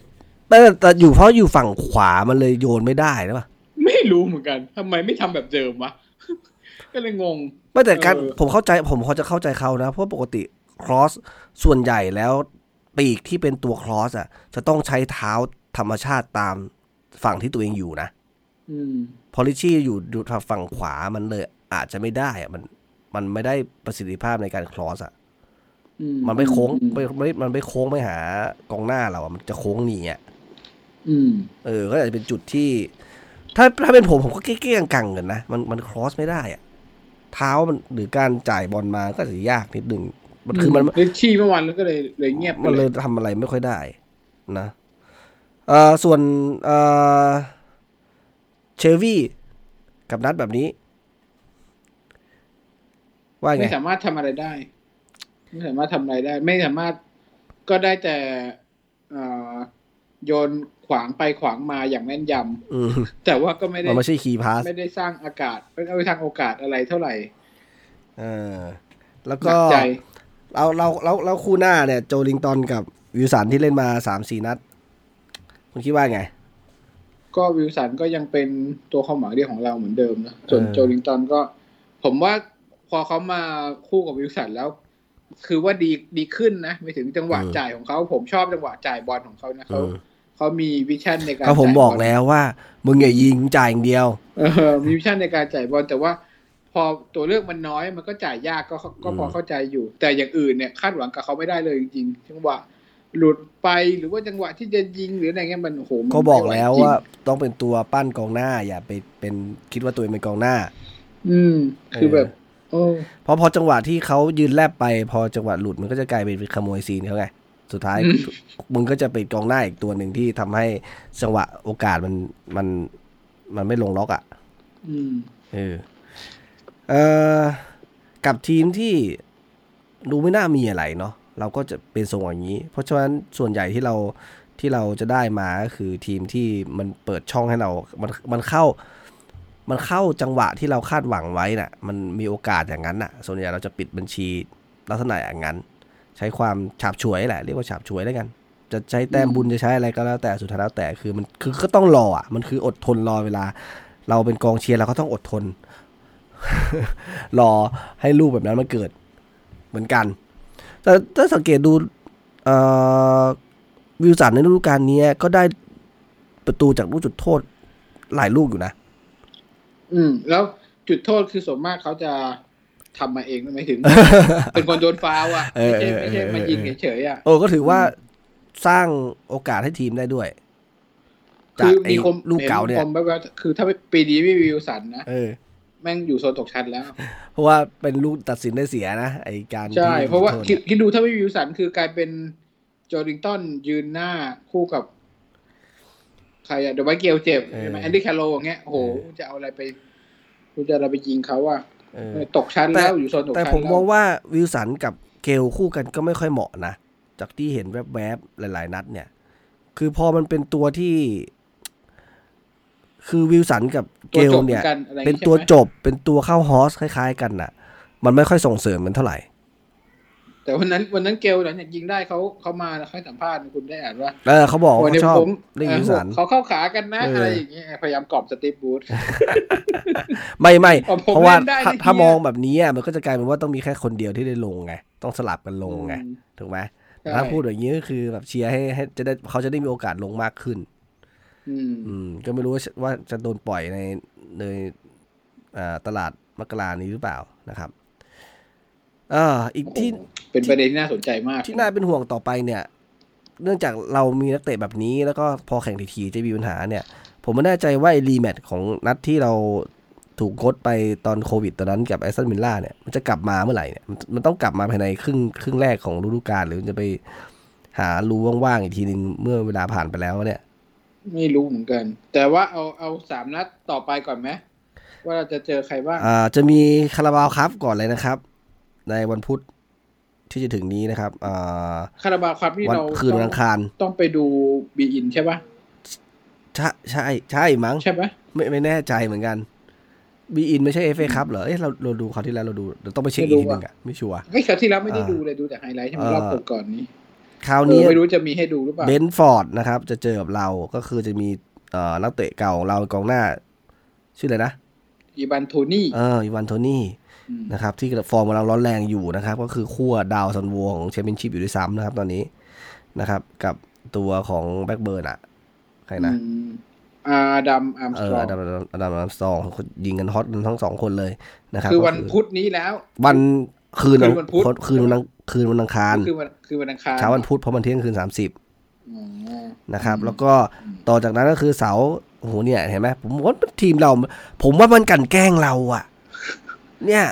แต่แต่อยู่เพราะอยู่ฝั่งขวามันเลยโยนไม่ได้นะป่ะ
ไม่รู้เหมือนกันทำไมไม่ทำแบบเดิมวะ ก็เลยงง
ไม่แต่การ
เออ
ผมเข้าใจผมพอจะเข้าใจเขานะ เพราะปกติครอสส่วนใหญ่แล้วปีกที่เป็นตัวครอสอ่ะ จะต้องใช้เท้าธรรมชาติตามฝั่งที่ตัวเองอยู่นะ
อืม
พอลิชชี่อยู่อยู่ทางฝั่งขวามันเลย อาจจะไม่ได้อะมันมันไม่ได้ประสิทธิภาพในการครอสอ่ะ
อื
มันไม่โค้ง
อื
ไม่ไม่มันไม่โค้งไม่หากองหน้าเราอ่ะมันจะโค้งหนีอ่ะ
อืม
เออ ก็อาจจะเป็นจุดที่ ถ้าถ้าเป็นผมผมก็เก้ๆกังๆกันนะ มันมันครอสไม่ได้อะเท้ามันหรือการจ่ายบอลมาก็อาจจะยากนิดหนึ่งมันคือมัน
ลิชชี่เมื่อวานแล้วก็เลยเลยเงียบไป
มัน
เล
เลยยทำอะไรไม่ค่อยได้นะเอ่อส่วนเอ่อเชอร์วี่กับนัดแบบนี้ ว่าไง
ไม่สามารถทำอะไรได้ ไม่สามารถทำอะไรได้ ไม่สามารถก็ได้แต่เอ่อโยนขวางไปขวางมาอย่างแม่นยำ
อืม
แต่ว่าก็ไม่ได้
มันไม่ใช่คีย์พาส
ไม่ได้สร้างอากาศไม่ได้สร้างโอกาสอะไรเท่าไหร่
เออแล้ว
หนั
ก็
กใจ
เราเราเราเราคู่หน้าเนี่ยโจลิงตันกับวิลสันที่เล่นมาสามสี่นัด คุณคิดว่าไง
ก็วิลสันก็ยังเป็นตัวความหวังเดียวของเราเหมือนเดิมนะส่วน
เออ
โจลิงตันก็ ผมว่าพอเขามาคู่กับวิลสันแล้ว คือว่าดีดีขึ้นนะไม่ถึงจังหวะจ่ายของเขาผมชอบจังหวะจ่ายบอลของเขานะเขาเขามีวิชั่นในการ
ก็ผม
จ่าย
บอก
ล
แล้วว่า มึงอย่ายิงจ่ายอย่างเดียว
เออมีวิชั่นในการจ่ายบอลแต่ว่า พอตัวเลือกมันน้อยมันก็จ่ายยากก็ก็พอ
อืม
เข้าใจอยู่ แต่อย่างอื่นเนี่ยคาดหวังกับเขาไม่ได้เลยจริงๆจังหวะหลุดไปหรือว่าจังหวะที่จะยิงหรืออะไรเงี้ยมันโอ้โหมัน
ก็บอก
ไม่ไห
แล้ว
จริง
ว่าต้องเป็นตัวปั้นกองหน้า อย่าไปเป็นคิดว่าตัวเองเป็นกองหน้า
อืม คือ
เออ
แบบโอ้
เพราะพอจังหวะที่เขายืนแลบไป พอจังหวะหลุดมันก็จะกลายเป็นขโมยซีนเขาไงสุดท้ายมึงก็จะเป็นกองหน้าอีกตัวหนึ่งที่ทำให้จังหวะโอกาสมันมันมันไม่ลงล็อกอ่ะ
อืม
เออเอ่อกับทีมที่ดูไม่น่ามีอะไรเนาะเราก็จะเป็นทรงอย่างนี้ เพราะฉะนั้นส่วนใหญ่ที่เราที่เราจะได้มาก็คือทีมที่มันเปิดช่องให้เรา มันมันเข้า มันเข้าจังหวะที่เราคาดหวังไว้น่ะ มันมีโอกาสอย่างนั้นน่ะ ส่วนใหญ่เราจะปิดบัญชีลักษณะอย่างนั้น ใช้ความฉาบฉวยแหละ เรียกว่าฉาบฉวยแล้วกัน จะใช้แต้มบุญจะใช้อะไรก็แล้วแต่สุดท้ายแล้วแต่คือมันคือก็ต้องรออ่ะมันคืออดทนรอเวลา เราเป็นกองเชียร์เราก็ต้องอดทน รอให้รูปแบบนั้นมันเกิดเหมือนกัน แต่ถ้าสังเกตดูเอ่อวิลสันในฤดูกาลนี้ก็ได้ประตูจากลูกจุดโทษหลายลูกอยู่นะ
อืม แล้วจุดโทษคือส่วนมากเขาจะทำมาเองไม่ ถึง เป็นคนโดนฟาวล์อ่ะ
เออ
ไม่ใช่
เออเออ
ไม่ใช่มายิงเฉยๆอ่ะ
โอ้ก็ถือว่าสร้างโอกาสให้ทีมได้ด้วย จากไอ้ลูกเก่าเนี่ย
ผมแบบว่าคือถ้าปีนี้ไม่มีวิวสันนะ
เออ
แม่งอยู่โซนตกชั้นแล้ว
เพราะว่าเป็นลูกตัดสินได้เสียนะไอ้การ
ใช่
ที่
เพราะว่า
จุดโทษ
คิด
นี่ย
คิดดูถ้าไม่มีวิลสันคือกลายเป็นจอร์ดิงตันยืนหน้าคู่กับ ใครอะเดวายเกลเจ็บใช่ไหมแอนดี้แคโรอย่างเงี้ยโอ้โหจะเอาอะไรไปคุณจะเอาอะไรไปยิงเขาอะ
เออ
ตกชั้นแล้วอยู่โซนตก
แต่
ชั้น
ผมมอง
แล้ว
ว่าวิลสันกับเกลคู่กันก็ไม่ค่อยเหมาะนะ จากที่เห็นแวบๆ หลายๆ นัดเนี่ย คือพอมันเป็นตัวที่ คือวิลสันกับเก
ตั
ล
วจบเหมื
เนี่
อย นกันอะไรอย่าง
เป็น
งี้ใช่
ตัว
ไหม
จบเป็นตัวเข้าฮอสคล้ายๆ กันน่ะ มันไม่ค่อยส่งเสริมกันเท่าไหร่
แต่วันนั้นวันนั้นเกลหลังจากยิงได้เขาเขามาเขาให้สัมภาษณ์คุณได้อ่านว่า
เออเขาบอกว่า
โย
เขาชอบ
ผม
เล่น
เอ่อ
วิลสัน
เขาเข้าขากันนะ
เอออ
อะไรอย่างเงี้ยพยายามกรอบสตีฟบูธ
ไม่ไม่
ผม
เพราะว่า
เล่นได้
ถ้า
ในเกียร์
ถ้ามองแบบนี้อะมันก็จะกลายเป็นว่าต้องมีแค่คนเดียวที่ได้ลงไง ต้องสลับกันลงไงถูกไหมแต่ถ้าพูดแบบนี้ก็คือแบบเชียร์ให้ให้จะได้เขาจะได้มีโอกาสลงมากขึ้น
อืม
อืมก็ไม่รู้ว่าจะว่าจะโดนปล่อยในในอ่าตลาดมกรานี้หรือเปล่านะครับอ่าอีก
โอ้โห
ที่
เป็นประเด็นที่น่าสนใจมาก
ที่น่าเป็นห่วงต่อไปเนี่ย เนื่องจากเรามีนักเตะแบบนี้ แล้วก็พอแข่งทีๆจะมีปัญหาเนี่ย ผมไม่แน่ใจว่าไอ้รีแมตช์ของนัดที่เราถูกโคดไปตอนโควิดตอนนั้นกับแอสตันวิลล่าเนี่ยมันจะกลับมาเมื่อไหร่เนี่ยมันมันต้องกลับมาภายในครึ่งครึ่งแรกของฤดูกาลหรือมันจะไปหารูว่างๆอีกทีหนึ่งเมื่อเวลาผ่านไปแล้วเนี่ย
ไม่รู้เหมือนกัน แต่ว่าเอาเอาสามนัดต่อไปก่อนไหมว่าเราจะเจอใครบ้าง
อ่าจะมีคาราบาวครับก่อนเลยนะครับ ในวันพุธที่จะถึงนี้นะครับอ่า
คาราบาวครับนี่
วัน
เรา
คืนวันอังคาร
ต้องไปดูบีอินใช่ปะ
ใช่ใช่ใช่มั้ง
ใช่ปะ
ไม่ไม่แน่ใจเหมือนกันบีอินไม่ใช่เอฟเอครับเหรอเอ้ยเราเราดูคราวที่แล้วเราดูเราต้องไปเช็คอีกทีหนึงอะไม่ชัวร์
ไอ้ยคราวที่แล้วไม่ได้
อ่า
ดูเลยดูแต่ไฮไลท์ใช่ไหม
เออ
รอบก่อนๆนี้
คราว
เออ
นี้
ไม่รู้จะมีให้ดูหรือเปล่า
เบนฟอร์ดนะครับ จะเจอกับเราก็คือจะมีเอ่อนักเตะเก่าของเรากองหน้า ชื่ออะไรนะ
อีบันโทนี่
เอออีวานโทนี่
ม
นะครับที่ฟอร์มกำลังร้อนแรงอยู่นะครับ ก็คือขั้วดาวซันโวของแชมเปี้ยนชิพอยู่ด้วยซ้ำนะครับ ตอนนี้นะครับ กับตัวของแบ็กเบิร์นอะใครนะ
อืมอาดัมอาร์ม
เอ
สต
ออ
รอ
ง ดัมอดัมอัมสตรองยิงกันฮอตทั้งสองคนเลยนะครับ
คือ
ก็
วันพุธนี้แล้ว
วันคืน
คืนวันพุธ
คืนวันอังคืนวันอังคาร
คือวันคือวันอังคาร
เช้าวันพุธเพราะมันเที่ยงคืนสามสิบ
อ๋อ
นะครับ
อืม
แล้วก็ต่อจากนั้นก็คือเสาร์โอ้โหเนี่ยเห็นไหมผมว่าทีมเรา ผมว่ามันกลันแกล้งเราอะเนี่ย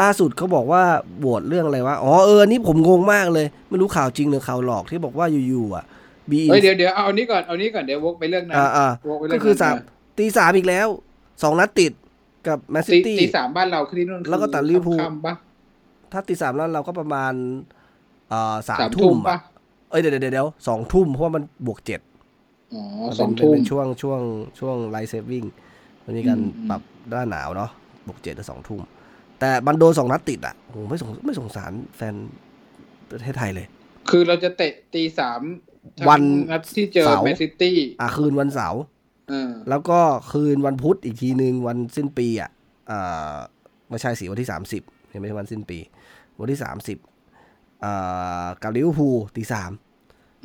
ล่าสุดเขาบอกว่าโหวตเรื่องอะไรวะ อ๋อเอออนนี่ผมงงมากเลย ไม่รู้ข่าวจริงหรือข่าวหลอกที่บอกว่าอยู่ๆอ่ะบี
เฮ้ยเดี๋ยวเดี๋ยวเอาอันนี้ก่อนเอาอันนี้ก่อนเดี๋ยววกไปเรื่องนั้น
อ่าอ่าว
กไปเรื่
ก็
อง
คือสาม
นั้น
ตีสามอีกแล้วสองนัดติดกับแมนซิ
ตี
ตี้
ตีสามบ้านเราคือที่นู่น
แล้วก็ตัดลิเวอร์พูล
ค่ำๆปะ
ถ้าตีสามแล้วเราก็ประมาณอ่าสาม
สามทุ่
ทุ่
ม
ม
ปะ
อ่ะเอ้ยเดี๋ยวเดี๋ยวเดี๋ยวสองทุ่มเพราะว่ามันบวกเจ็ด
อ๋อ
มัน
ส
เป็
อน งทุ่ม
เป็นช่วงช่วงช่วงไลท์เซฟวิ่งมันมีการ
อืมอืม
ปรับหน้าหนาวเนาะบวกเจ็ดถึงสองทุ่มแต่มันโดนสองนัดติดอ่ะโอ้โหไม่สงไม่สงสารแฟน ประเทศไทยเลย
คือเราจะเตะตีสาม
วัน
นัดที่เจอแมนซิตี้
อ่ะคืนวันเสาร์
เออ
แล้วก็คืนวันพุธอีกทีหนึ่งวันสิ้นปีอ่ะอ่าไม่ใช่สิวันที่สามสิบไม่ใช่วันสิ้นปี วันที่สามสิบอ่ากับลิเวอร์พูลตีสาม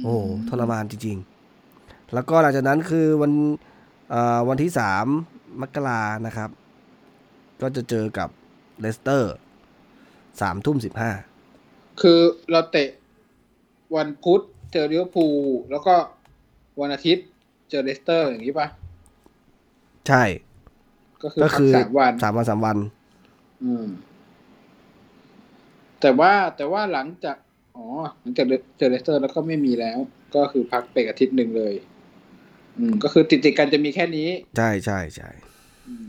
โอ้โหทรมานจริงๆ แล้วก็หลังจากนั้นคือวันเอ่อวันที่สามมกรานะครับ ก็จะเจอกับเลสเตอร์สามทุ่มสิบห้า
คือเราเตะวันพุธเจอลิเวอร์พูลแล้วก็วันอาทิตย์เจอเลสเตอร์อย่างนี้ป่ะ
ใช่
ก็คือ
ก็
พัก
คือ
สามวัน
สามวันสามวัน
อืม แต่ว่าแต่ว่าหลังจาก อ๋อ หลังจากเจอเลสเตอร์แล้วก็ไม่มีแล้ว ก็คือพักไปอาทิตย์หนึ่งเลย อืม ก็คือติดติดๆกันจะมีแค่นี้
ใช่ใช่ใช่
อืม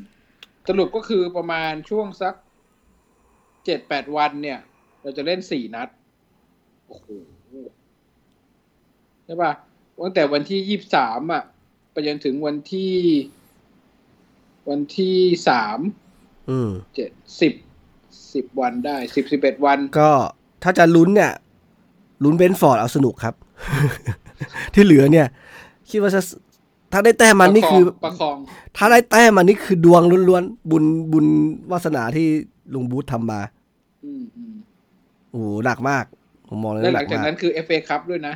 สรุปก็คือประมาณช่วงสักเจ็ดแปดวันเนี่ย เราจะเล่นสี่นัด โอ้โหใช่ป่ะตั้งแต่วันที่ยี่บสามอ่ะ ไปจนถึงวันที่ วันที่สาม
อืม
เจ็ดสิบสิบวันได้สิบสิบเอ็ดวัน
ก็ถ้าจะลุ้นเนี่ยลุ้นเบนฟอร์ดเอาสนุกครับ ที่เหลือเนี่ย คิดว่าจะถ้าได้แต้มมันนี่คือ
ประคอง
ถ้าได้แต้มมันนี่คือดวงล้วนๆบุญบุญวาสนาที่ลุงบูธทำมา
อืมอืม
โอ้โหหนักมาก ผมมองเลย
แล้ว
ว่า
ห
หนัก
ลังจาก
มาก
นั้นคือเอฟเอคัพด้วยนะ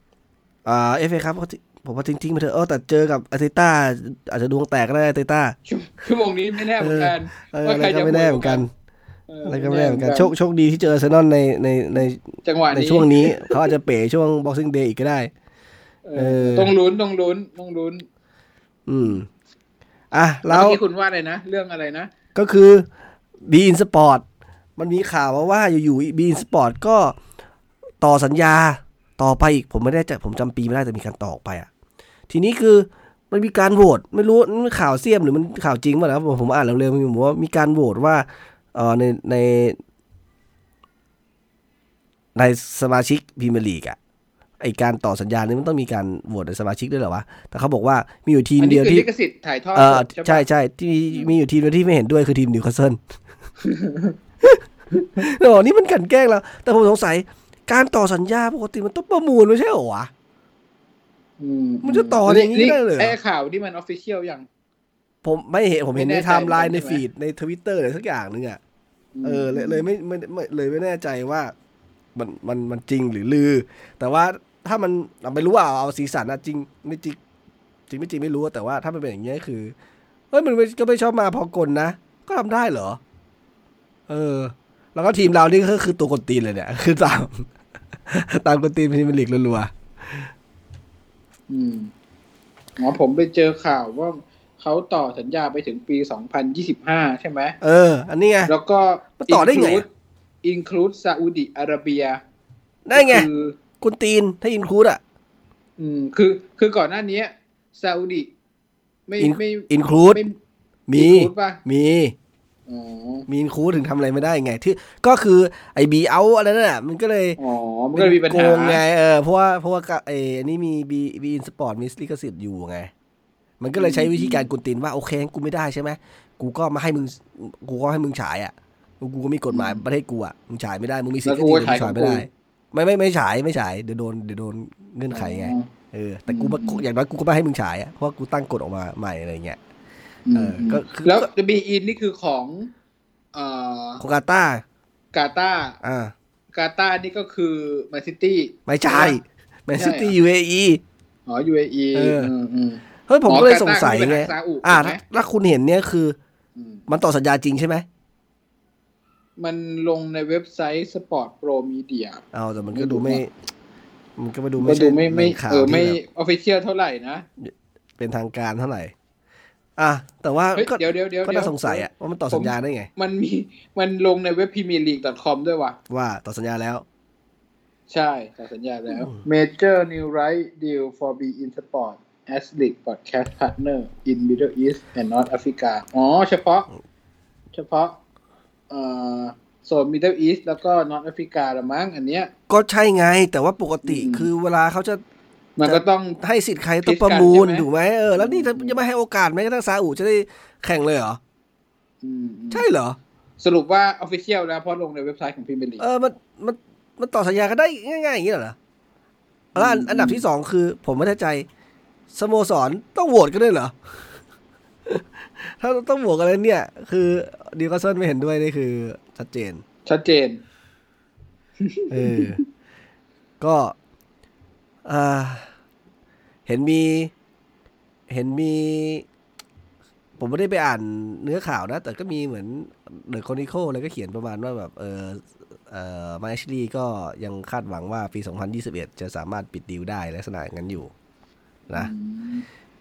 อ่าเอฟเอครับเขาที่ผมว่าจริงๆมาเถอะเออแต่เจอกับอาร์เตต้าอาจจะดวงแตกก็ได้อาร์เตต้า
ชั่วโมงนี้ไม่แน่เหมือนกัน
เออ
ว่า
อะไร
ใคร
ก็
จะ
ไม่แน่เหมือนกัน
เ
อะไรก็ไม่แน่เหมือนกันโชคโชคดีที่เจออาร์เซนอลในในใน
จังหวะ
ใน
นี้
ช่วงนี้ เขาอาจจะเป๋ช่วง boxing day อีกก็ได้
เอ
เอ
อ
อ
ต้องลุ้นต้องลุ้นต้องลุ้น
อืม อ่ะ แล้
แล้ว
ว
เมื่อกี้คุณว่าอะไรนะ เรื่องอะไรนะ
ก็คือบีอินสปอร์ตมันมีข่าวมาว่าอยู่ๆบีอินสปอร์ตก็ต่อสัญญาต่อไปอีก ผมไม่ได้จะผมจำปีไม่ได้แต่มีการต่อออกไปอ่ะ ทีนี้คือมันมีการโหวตไม่รู้มันข่าวเสียมหรือมันข่าวจริงป่ะนะครับผมผมอ่านเร็วๆผมว่ามีการโหวตว่าเออในใน ในสมาชิกพรีเมียร์ลีกอะไอการต่อสัญญานี่มันต้องมีการโหวตในสมาชิกด้วยเหรอวะแต่เขาบอกว่ามีอยู่ทีม
อัน
เดีย
นี้
ว
คือ
ที่
ลิขสิทธิ์ถ่ายทอด
เออ
สดปะ
ใช่ใช่ที่มีมีอยู่ทีมเดียวที่ไม่เห็นด้วยคือทีมนิวคาส เซิล โอ้นี่มันกลันแกล้งเราแต่ผมสงสัยการต่อสัญญาปกติมันต้องประมูลไม่ใช่เหรอวะ
อื
มันจะต่ออย่างนี้ได้เลยเหรอ
ไอ้ข่าวที่มันออฟฟิเชียลอย่าง
ผมไม่เห็นผมเห็น
ไม่
ใน
แน่
ไท
ใจ
ม์ไลน์
เหมื
ใน
อนกันใช่
ฟี
ไหม
ดในทวิตเตอร์อะไรสักอย่างนึงอ่ะ
ม
เออเลยเลยไม่ไม่ไม่เลยไม่แน่ใจว่ามันมันมันจริงหรือลือ แต่ว่าถ้ามันเราไม่รู้ว่าเอาสีสันอะจริงไม่จริงจริงไม่จริงไม่รู้อะแต่ว่าถ้ามันเป็นอย่างเงี้ยคือเฮ้ยมันไม่ก็ไม่ชอบมาพอกลนะ ก็ทำได้เหรอ เออ แล้วก็ทีมเรานี่ก็คือตัวกดตีนเลยเนี่ย คือตาม ตามกดตีนพรีเมียร์ลีกรัว
อืมอ๋อผมไปเจอข่าวว่าเขาต่อสัญญาไปถึงปี 2025 ใช่ไหม
ๆเออ อันนี้ไง
แล้วก็
มันต่อได้ไงอะ
include include ซาอุดิอาระเบีย
ได้ไง
คือ
คุณตีนถ้าอินคลูดอะ
อืม คือ คือก่อนหน้านี้ซาอุดิไม่
อิน
ไม่
อินคลูด
ไม่
มี
อินคลูดป่ะ
มี
อ๋อ
มีอินคลูดถึงทำอะไรไม่ได้ไง ที่ก็คือไอบีเอาอะไรนั่นแหละมันก็เลย
อ๋อ มันก็เลยมีปัญ
โก
หาง
ไงเออเพราะว่าเพราะว่าไออันนี้มีบีบีอินสปอร์ตมิสลิขสิทธิ์อยู่ไง มันก็เลยใช้วิธีการกุนตินว่าโอเคงั้นกูไม่ได้ใช่ไหมกูก็มาให้มึงกูก็ให้มึงฉายอ่ะกูก็มีกฎหมายประเทศกูอ่ะมึงฉายไม่ได้มึงมีสิทธิ์ที่จะฉายไม่ได้ ไม่ไม่ไม่ฉายไม่ฉายเดี๋ยวโดนเดี๋ยวโดนเงื่อนไขไง
อ๋อ
เออแต่กูมา
อืม
อย่างน้อยกูก็มาให้มึงฉายอ่ะเพราะว่ากูตั้งกฎออกมาใหม่อะไรเงี้ย
อืม
เออก็คือ
แล้วจะมีอินนี่คือของเอ่อ
โคกาตาก
าตาร์
อ่าก
าตาร์นี่ก็คือแมนซิตี้
ไม่ใช่แมนซิตี้ยูเออี
อ๋อ UAE
เออ
มอืม
เฮ้ยผม
อ๋อ
ก็เลย
กาตาร์
สงสัยไง
คือเป็นซาอุ
อ่า
ถูกไหม
ถ้าคุณเห็นเนี่ยคือ
อืม
มันต่อสัญญาจริงใช่ไหม
มันลงในเว็บไซต์ Sport Pro Media
เอาแต่มันก็ดูไม่ มันก็ไม่ดู
ก็
ไม่
ดู
ใช่
ไม่ไม่
ป็นข่าว
เออไม่
ที่แบบ
ออฟฟิเชียลเท่าไหร่นะ
เป็นทางการเท่าไหร่ อ่ะแต่ว่า
เฮ้ย
ก็
เดี๋ยวเดี๋ยวเดี๋ยว
ก็น่า
เดี๋ยว
สงสัยอ่ะว่ามันต่อสัญญาได้ไง
มันมีมันลงในเว็บพรีเมียร์ลีก .com ด้วยว่ะ
ว่าต่อสัญญาแล้ว
ใช่ต่อสัญญาแล้ว
อืม
Major new right deal for B in Sport as League Podcast Partner in Middle East and North Africa อ๋อ เฉพาะ เฉพาะเอ่อโซน Middle East แล้วก็ North Africa ละมั้งอันเนี้ย
ก็ใช่ไง แต่ว่าปกติ
อืม
คือเวลาเขาจะ
มันก็ต้อง
ให้สิทธิ์ใครต้องประมูล
พิจารณาใช่ไหม
ถูกไหมเออแล้วนี่จะ
อืม
ยังไม่ให้โอกาสแม้กระทั่งซาอุจะได้แข่งเลยเหรอ
อืมอืม
ใช่เหรอ
สรุปว่า Official แล้วเพราะลงในเว็บไซต์ของพรีเมียร์ลีก
เออมันมัน มันต่อสัญญาก็ได้ง่ายๆอย่างนี้เหรอแล้วอันอันดับที่สองคือ ผมไม่แน่ใจสโมสรต้องโหวตกันด้วยเหรอ ถ้าต้องโหวตกันแล้วเนี่ย คือดิวคาสเซิลไม่เห็นด้วยนี่คือชัดเจน
ชัดเจน
เออ ก็อ่าเห็นมี เห็นมี ผมไม่ได้ไปอ่านเนื้อข่าวนะ แต่ก็มีเหมือนเดอะคอนิโคอะไรก็เขียนประมาณว่าแบบ เออเออมาชลีก็ยังคาดหวังว่าปี 2021 จะสามารถปิดดีลได้ลักษณะอย่างนั้นอยู่ นะ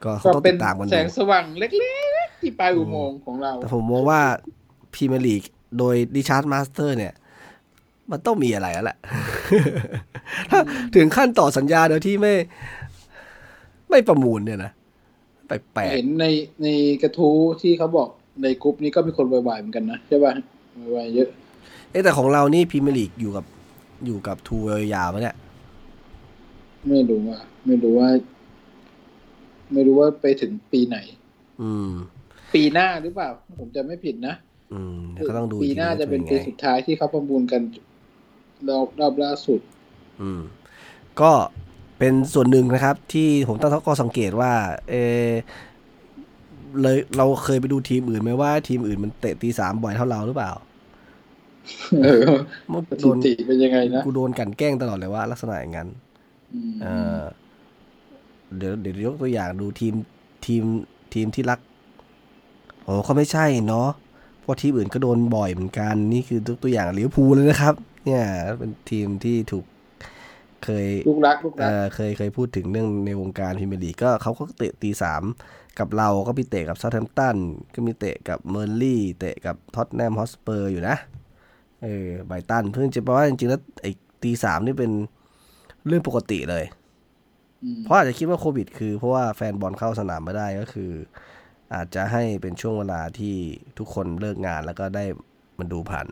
ก็คง
ก็
ต้อง
เป็
ติ
น
ดตามกัน
แส
ดู
งสว่างเล็กๆ ที่ปลายอุโมงค์ของเรา
แต่ผมมองว่าพรีเมียร์ลีกโดยดิชาร์ดมาสเตอร์เนี่ย มันต้องมีอะไรแล้วแหละ ถ้าถึงขั้นต่อสัญญาโดยที่ไม่ ไม่ประมูลเนี่ยนะแปลก
เห็นในในกระทู้ที่เขาบอกในกรุ๊ปนี้ก็มีคนวายๆเหมือนกันนะใช่ป่ะวายๆเยอะ
ๆเอ๊ะแต่ของเรานี่พรีเมียร์ลีกอยู่กับอยู่กับทูยาวๆปะเนี่ย
ไม่รู้ว่า ไม่รู้ว่า ไม่รู้ว่าไปถึงปีไหน
อืม
ปีหน้าหรือเปล่า ผมจะไม่ผิดนะ
อืมเดี๋ยวก็ต้องดู
ปีหน้า
อีกที
จะเป็น
ว่
ปี
ยังไง
สุดท้ายที่เขาประมูลกันรอบรอบล่าสุ ด
อืมก็เป็นส่วนหนึ่งนะครับ ที่ผมตั้งข้อสังเกตว่า เออเลยเราเคยไปดูทีมอื่นไหมว่าทีมอื่นมันเตะตีสามบ่อยเท่าเราหรือเปล่า
เออ
มัน
ส
โด
ถิ
น
ติเป็นยังไงนะ
กูโดนกลันแกล้งตลอดเลยว่าลักษณะอย่างนั้น
ม
เออเดี๋ยวเดี๋ยวยกตัวอย่างดูทีมทีมทีมที่รักโอ้เขาไม่ใช่เนาะเพราะทีมอื่นก็โดนบ่อยเหมือนกัน นี่คือยกตัวอย่างลิเวอร์พูลเลยนะครับ เนี่ย เป็นทีมที่ถูกเคย
ลูกรักลูก
เอ
รั
อ
ก
เคยเคยพูดถึงเรื่องในวงการพรีเมียร์ลีกก็เขาก็เตะตีสามกับเราก็มีเตะกับเซาท์แฮมป์ตันก็มีเตะกับเมอร์ลี่ เตะกับท็อตแนมฮอสเปอร์อยู่นะ เออไบรตันเพิ่งจะแปลว่าจริงๆแล้วไอ้ตีสามนี่เป็นเรื่องปกติเลย
ม
เพราะอาจจะคิดว่าโควิด คือเพราะว่าแฟนบอลเข้าสนามไม่ได้ก็คือ อาจจะให้เป็นช่วงเวลาที่ทุกคนเลิกงานแล้วก็ได้มันดูผ่าน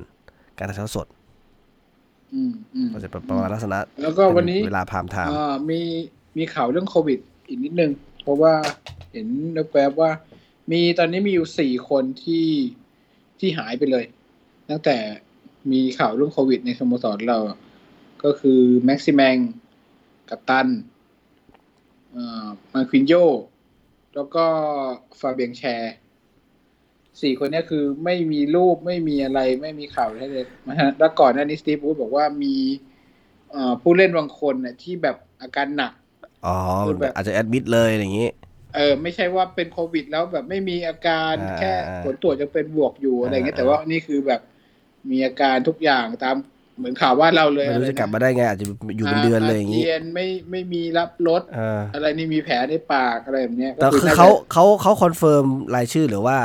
การถ่ายทอดสด
อืมอืม
ก็จะเป็นประมาณลักษณะ
แล้วก็วันนี้
เวลาพามไทม์
อ่ามีมีข่าวเรื่องโควิดอีกนิดนึง เพราะว่าเห็นแวบๆว่า มีตอนนี้มีอยู่สี่คนที่ที่หายไปเลย ตั้งแต่มีข่าวเรื่องโควิดในสโมสรเราอะก็คือแม็กซิแมงกัปตันเอ่อมาควินโยแล้วก็ฟาเบียงแชร์สี่คนเนี้คือไม่มีรูปไม่มีอะไรไม่มีข่าวอะไรเลยนะฮะแล้วก่อนหน้านี้สตีฟวูดบอกว่ามี เอ่อผู้เล่นบางคนน่ะที่แบบอาการหนัก
อ๋อมันอาจจะแอดมิดเลยอะไรอย่างนี้
เออไม่ใช่ว่าเป็นโควิด แล้วแบบไม่มีอาการ
อ่า
แค่
อ่า
ผลตรวจจะเป็นบวกอยู่อะไรเงี้ย
อ่า
แต่ว่านี่คือแบบมีอาการทุกอย่างตามเหมือนข่าวว่าเราเลย
ไม่รู้จะกลับมาได้ไง อาจจะอยู่เป็นเดือนเลยอย่าง
นี้
นี้
เจียนไม่ไม่มีรับรส
เออ
อะไรนี่มีแผลในปากอะไรแบบเนี้ย
แต่คือ
น่จะ
เขาเขาเขาคอนเฟิร์มรายชื่อหรือว่า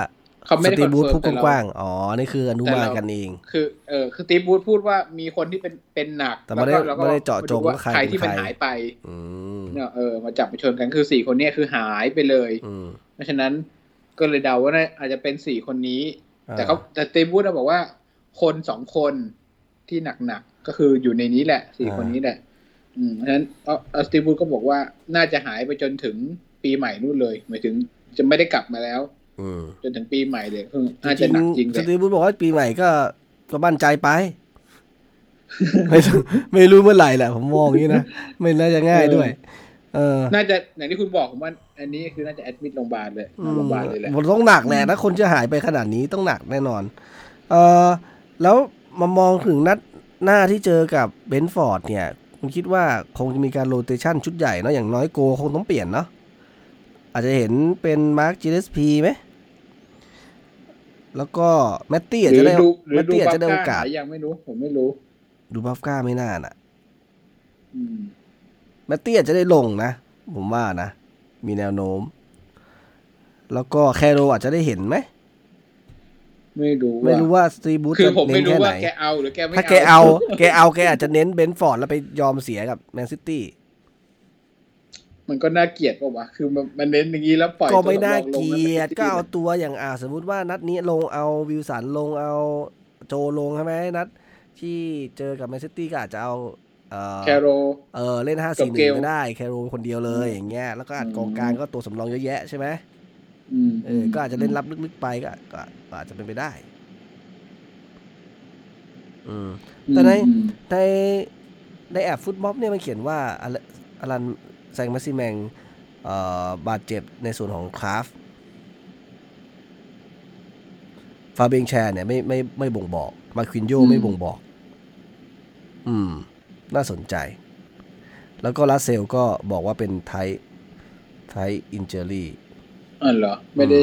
เขา
ส
ไม่ได้
ตรี
คอน
บูธ
เฟิร์ม
พูด
แต่
ก
เรา
ว้างๆอ๋อ นี่คืออนุมานกันเอง
คือเออคือตีบูธพูดว่ามีคนที่เป็นเป็นหนัก
แต่ไม่ได้
แล้วก็
ไม่ได้เจาะจงว่าใคร
ใครที่
เป็
มัน น
ใคร
หายไป
อืม
เนอะเออมาจับมาชนกันคือสี่คนเนี้ยคือหายไปเลย
อืม
เพราะฉะนั้นก็เลยเดาว่าน่าอาจจะเป็นสี่คนนี้
อ่
แต่เขาแต่เตมบูธเราบอกว่า คนสองคนที่หนักๆกก็คืออยู่ในนี้แหละสี่คนนี้แหละ อืมเพราะฉะนั้นเอ่อสตีบูธก็บอกว่าน่าจะหายไปจนถึงปีใหม่นู่นเลย หมายถึงจะไม่ได้กลับมาแล้ว
อืม
จนถึงปีใหม่เลยคือ
จ
น่าจะ
ริง
หนักจริ
ๆ
ง
ส
เลย
ตรีบูธบอกว่าปีใหม่ก็ก็มั่นใจไป ไม่รู้ไม่รู้เมื่อไหร่แหละผมมองอย่างนี้นะไม่น่าจะง่ายด้วย เออ
น่าจะอย่างที่คุณบอกผมว่าอันนี้คือน่าจะแอดมิดโรงพยาบาลเลยนอนโรงพยาบาลเลยแหละ
มันต้องหนักแหละถ้าคนจะหายไปขนาดนี้ต้องหนักแน่นอน เออแล้วมามองถึงนัดหน้าที่เจอกับเบนฟอร์ดเนี่ยคุณคิดว่าคงจะมีการโรเตชันชุดใหญ่เนาะอย่างน้อยโกคงต้องเปลี่ยนเนาะอาจจะเห็นเป็นมาร์คจีเสพีไหม แล้วก็แมตตี้อาจจะได้
หรือดูหรื
แม
อ
ต
ดู
ตี้อาจ
บัฟ
จะได้โอ
ก้าก
าส
หายังไม่รู้ ผมไม่รู้
ดูบัฟก้าไม่น่าน่ะ
อืม
แมตตี้อาจจะได้ลงนะ ผมว่านะ มีแนวโน้ม แล้วก็แคโรอาจจะได้เห็นไหม
ไม่รู้
ไม่รู้ว่าสตีบูธ
คือ
จะ
ผม
เน้
ไม่
น
รู้
แค่ไห
ว่าน แกเอาหรือแกไม่
ถ้าแกเอา แกเอา แกอาจจะเน้นเบนฟอร์ดแล้วไปยอมเสียกับแมนซิตี้
มันก็น่าเกลียดป่าวะ คือมันมันเน้นอย่างนี้แล้วปล่อย
ก็ไม่น่า
ตัว
เก
สำรองลง
ลียด
แล้ว
ก็เอาตัวอย่างอ่าสมมุติว่านัดนี้ลงเอาวิลสันลงเอาโจลงใช่ไหมนัดที่เจอกับแมนซิตี้ก็อาจจะเอา เออ
แคโร
เออเล่นห้า
กั
สี่
บ
ห
เก
นึ่ง
ล
ก็ได้แคโรคนเดียวเลยอย่างเงี้ย แล้วก็อาจ
อืม
กองกลางก็ตัวสำรองเยอะแยะใช่ไหม
อืม
เออ ก็อาจจะเล่นรับลึกๆไปก็ก็ก็อาจจะเป็นไปได้ อืม
อืม
แต่ใน
อืม
ใน ในแอปฟุตม็อบเนี่ยมันเขียนว่าอลอลันแซงมาซิแมงเอ่อบาดเจ็บในส่วนของคราฟฟาเบงแชร์เนี่ยไม่ไม่ไม่บ่งบอก มาควินโย
อืม
ไม่บ่งบอก อืม น่าสนใจ แล้วก็ลาเซลก็บอกว่าเป็นไทไทอินเจอรี่
อ๋อเหรอ ไม่ได้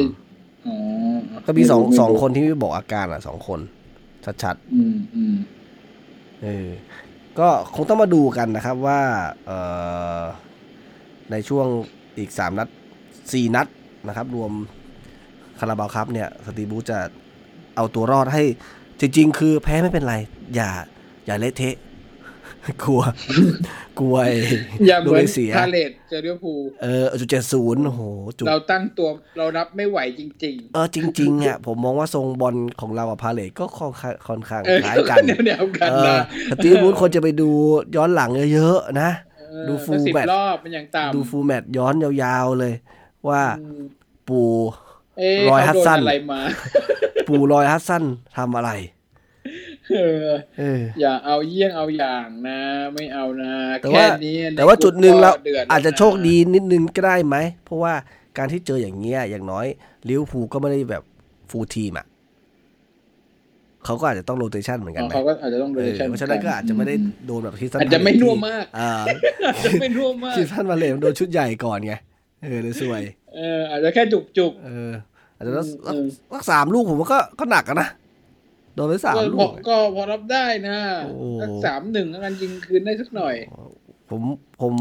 อืม
อ๋อ
ก็มีสอง
ไรู้
สองคนที่ไม่บอกอาการอ่ะสองคน ชัดๆ
อืมอืม
เออ ก็คงต้องมาดูกันนะครับว่าเอ่อในช่วงอีกสามนัดสี่นัดนะครับ รวมคาราบาวครับเนี่ย สตีบูธจะเอาตัวรอดให้ จริง ๆ คือแพ้ไม่เป็นไร อย่า อย่าเละเทะ กลัว กลัวไอ้
อย่าเหมือ
โด
น
เลเสีย
พาเลตเจอเรียวภูล
เออจุดเจ็ดศูนย์โอ้โหจุด
เราตั้งตัวเรารับไม่ไหวจริง
เออ จริง ๆ อ่ะ ผมมองว่าทรงบอลของเรากับพาเลทก็ค่อนข้างค่อนข้าง
ๆ เออ
คล้ายกัน
แนวแนวๆกัน
เออ
นะ
สตีบูธคนจะไปดูย้อนหลังเยอะๆนะ
เออ
ดูฟูล
ก็สิบ
แมตช์
รอบเป็นอย่างต่ำ
ดูฟูลแมตช์ย้อนยาวๆเลย ว่า
อืม
ปู่
เอ๊ะ
รอยฮั
เขา
ด
โด
สั
น
น
อะไรมา
ปู่ลอยฮัสซันทำอะไร
เออ
เออ
อย่าเอาเยี่ยงเอาอย่างนะ ไม่เอานะ
แต่
แค่
ว่า
นี้ใน
แต่ว่าจุดหนึ่งเรา
ก็ดืดแล้ว
อาจจะโชคดีนิดนึงก็ได้ไหม เพราะว่าการที่เจออย่างเงี้ยอย่างน้อยลิเวอร์พูลก็ไม่ได้แบบฟูลทีมอ่ะเขาก็อาจจะต้องโรเตชันเหมือนกั
อ๋
น
อ
ไหม
เขาก็อาจจะต้อง
เอ
โร
อ
เตชัน
เพราะฉะนั้นก็อาจจะไม่ได้โดนแบบคริสตัน
อาจจะไม่
พเล
นัวมาก
อ่า
อาจจะไม่นัวมาก
คริสตันมาเลมโดนชุดใหญ่ก่อนไงเออเลยสวย
เอออาจจะแค่จุกจุก
เอออาจจะรัก
อืม
รัก
อืม
รักสามลูกผมว่าก็ก็หนักอะนะโดนไป
ๆ
สาม
ก็
ลู
พอก ก็พอรับได้นะ
โอ้
สักสามหนึ่งแล้วกันยิงคืนได้สักหน่อย
ผมผม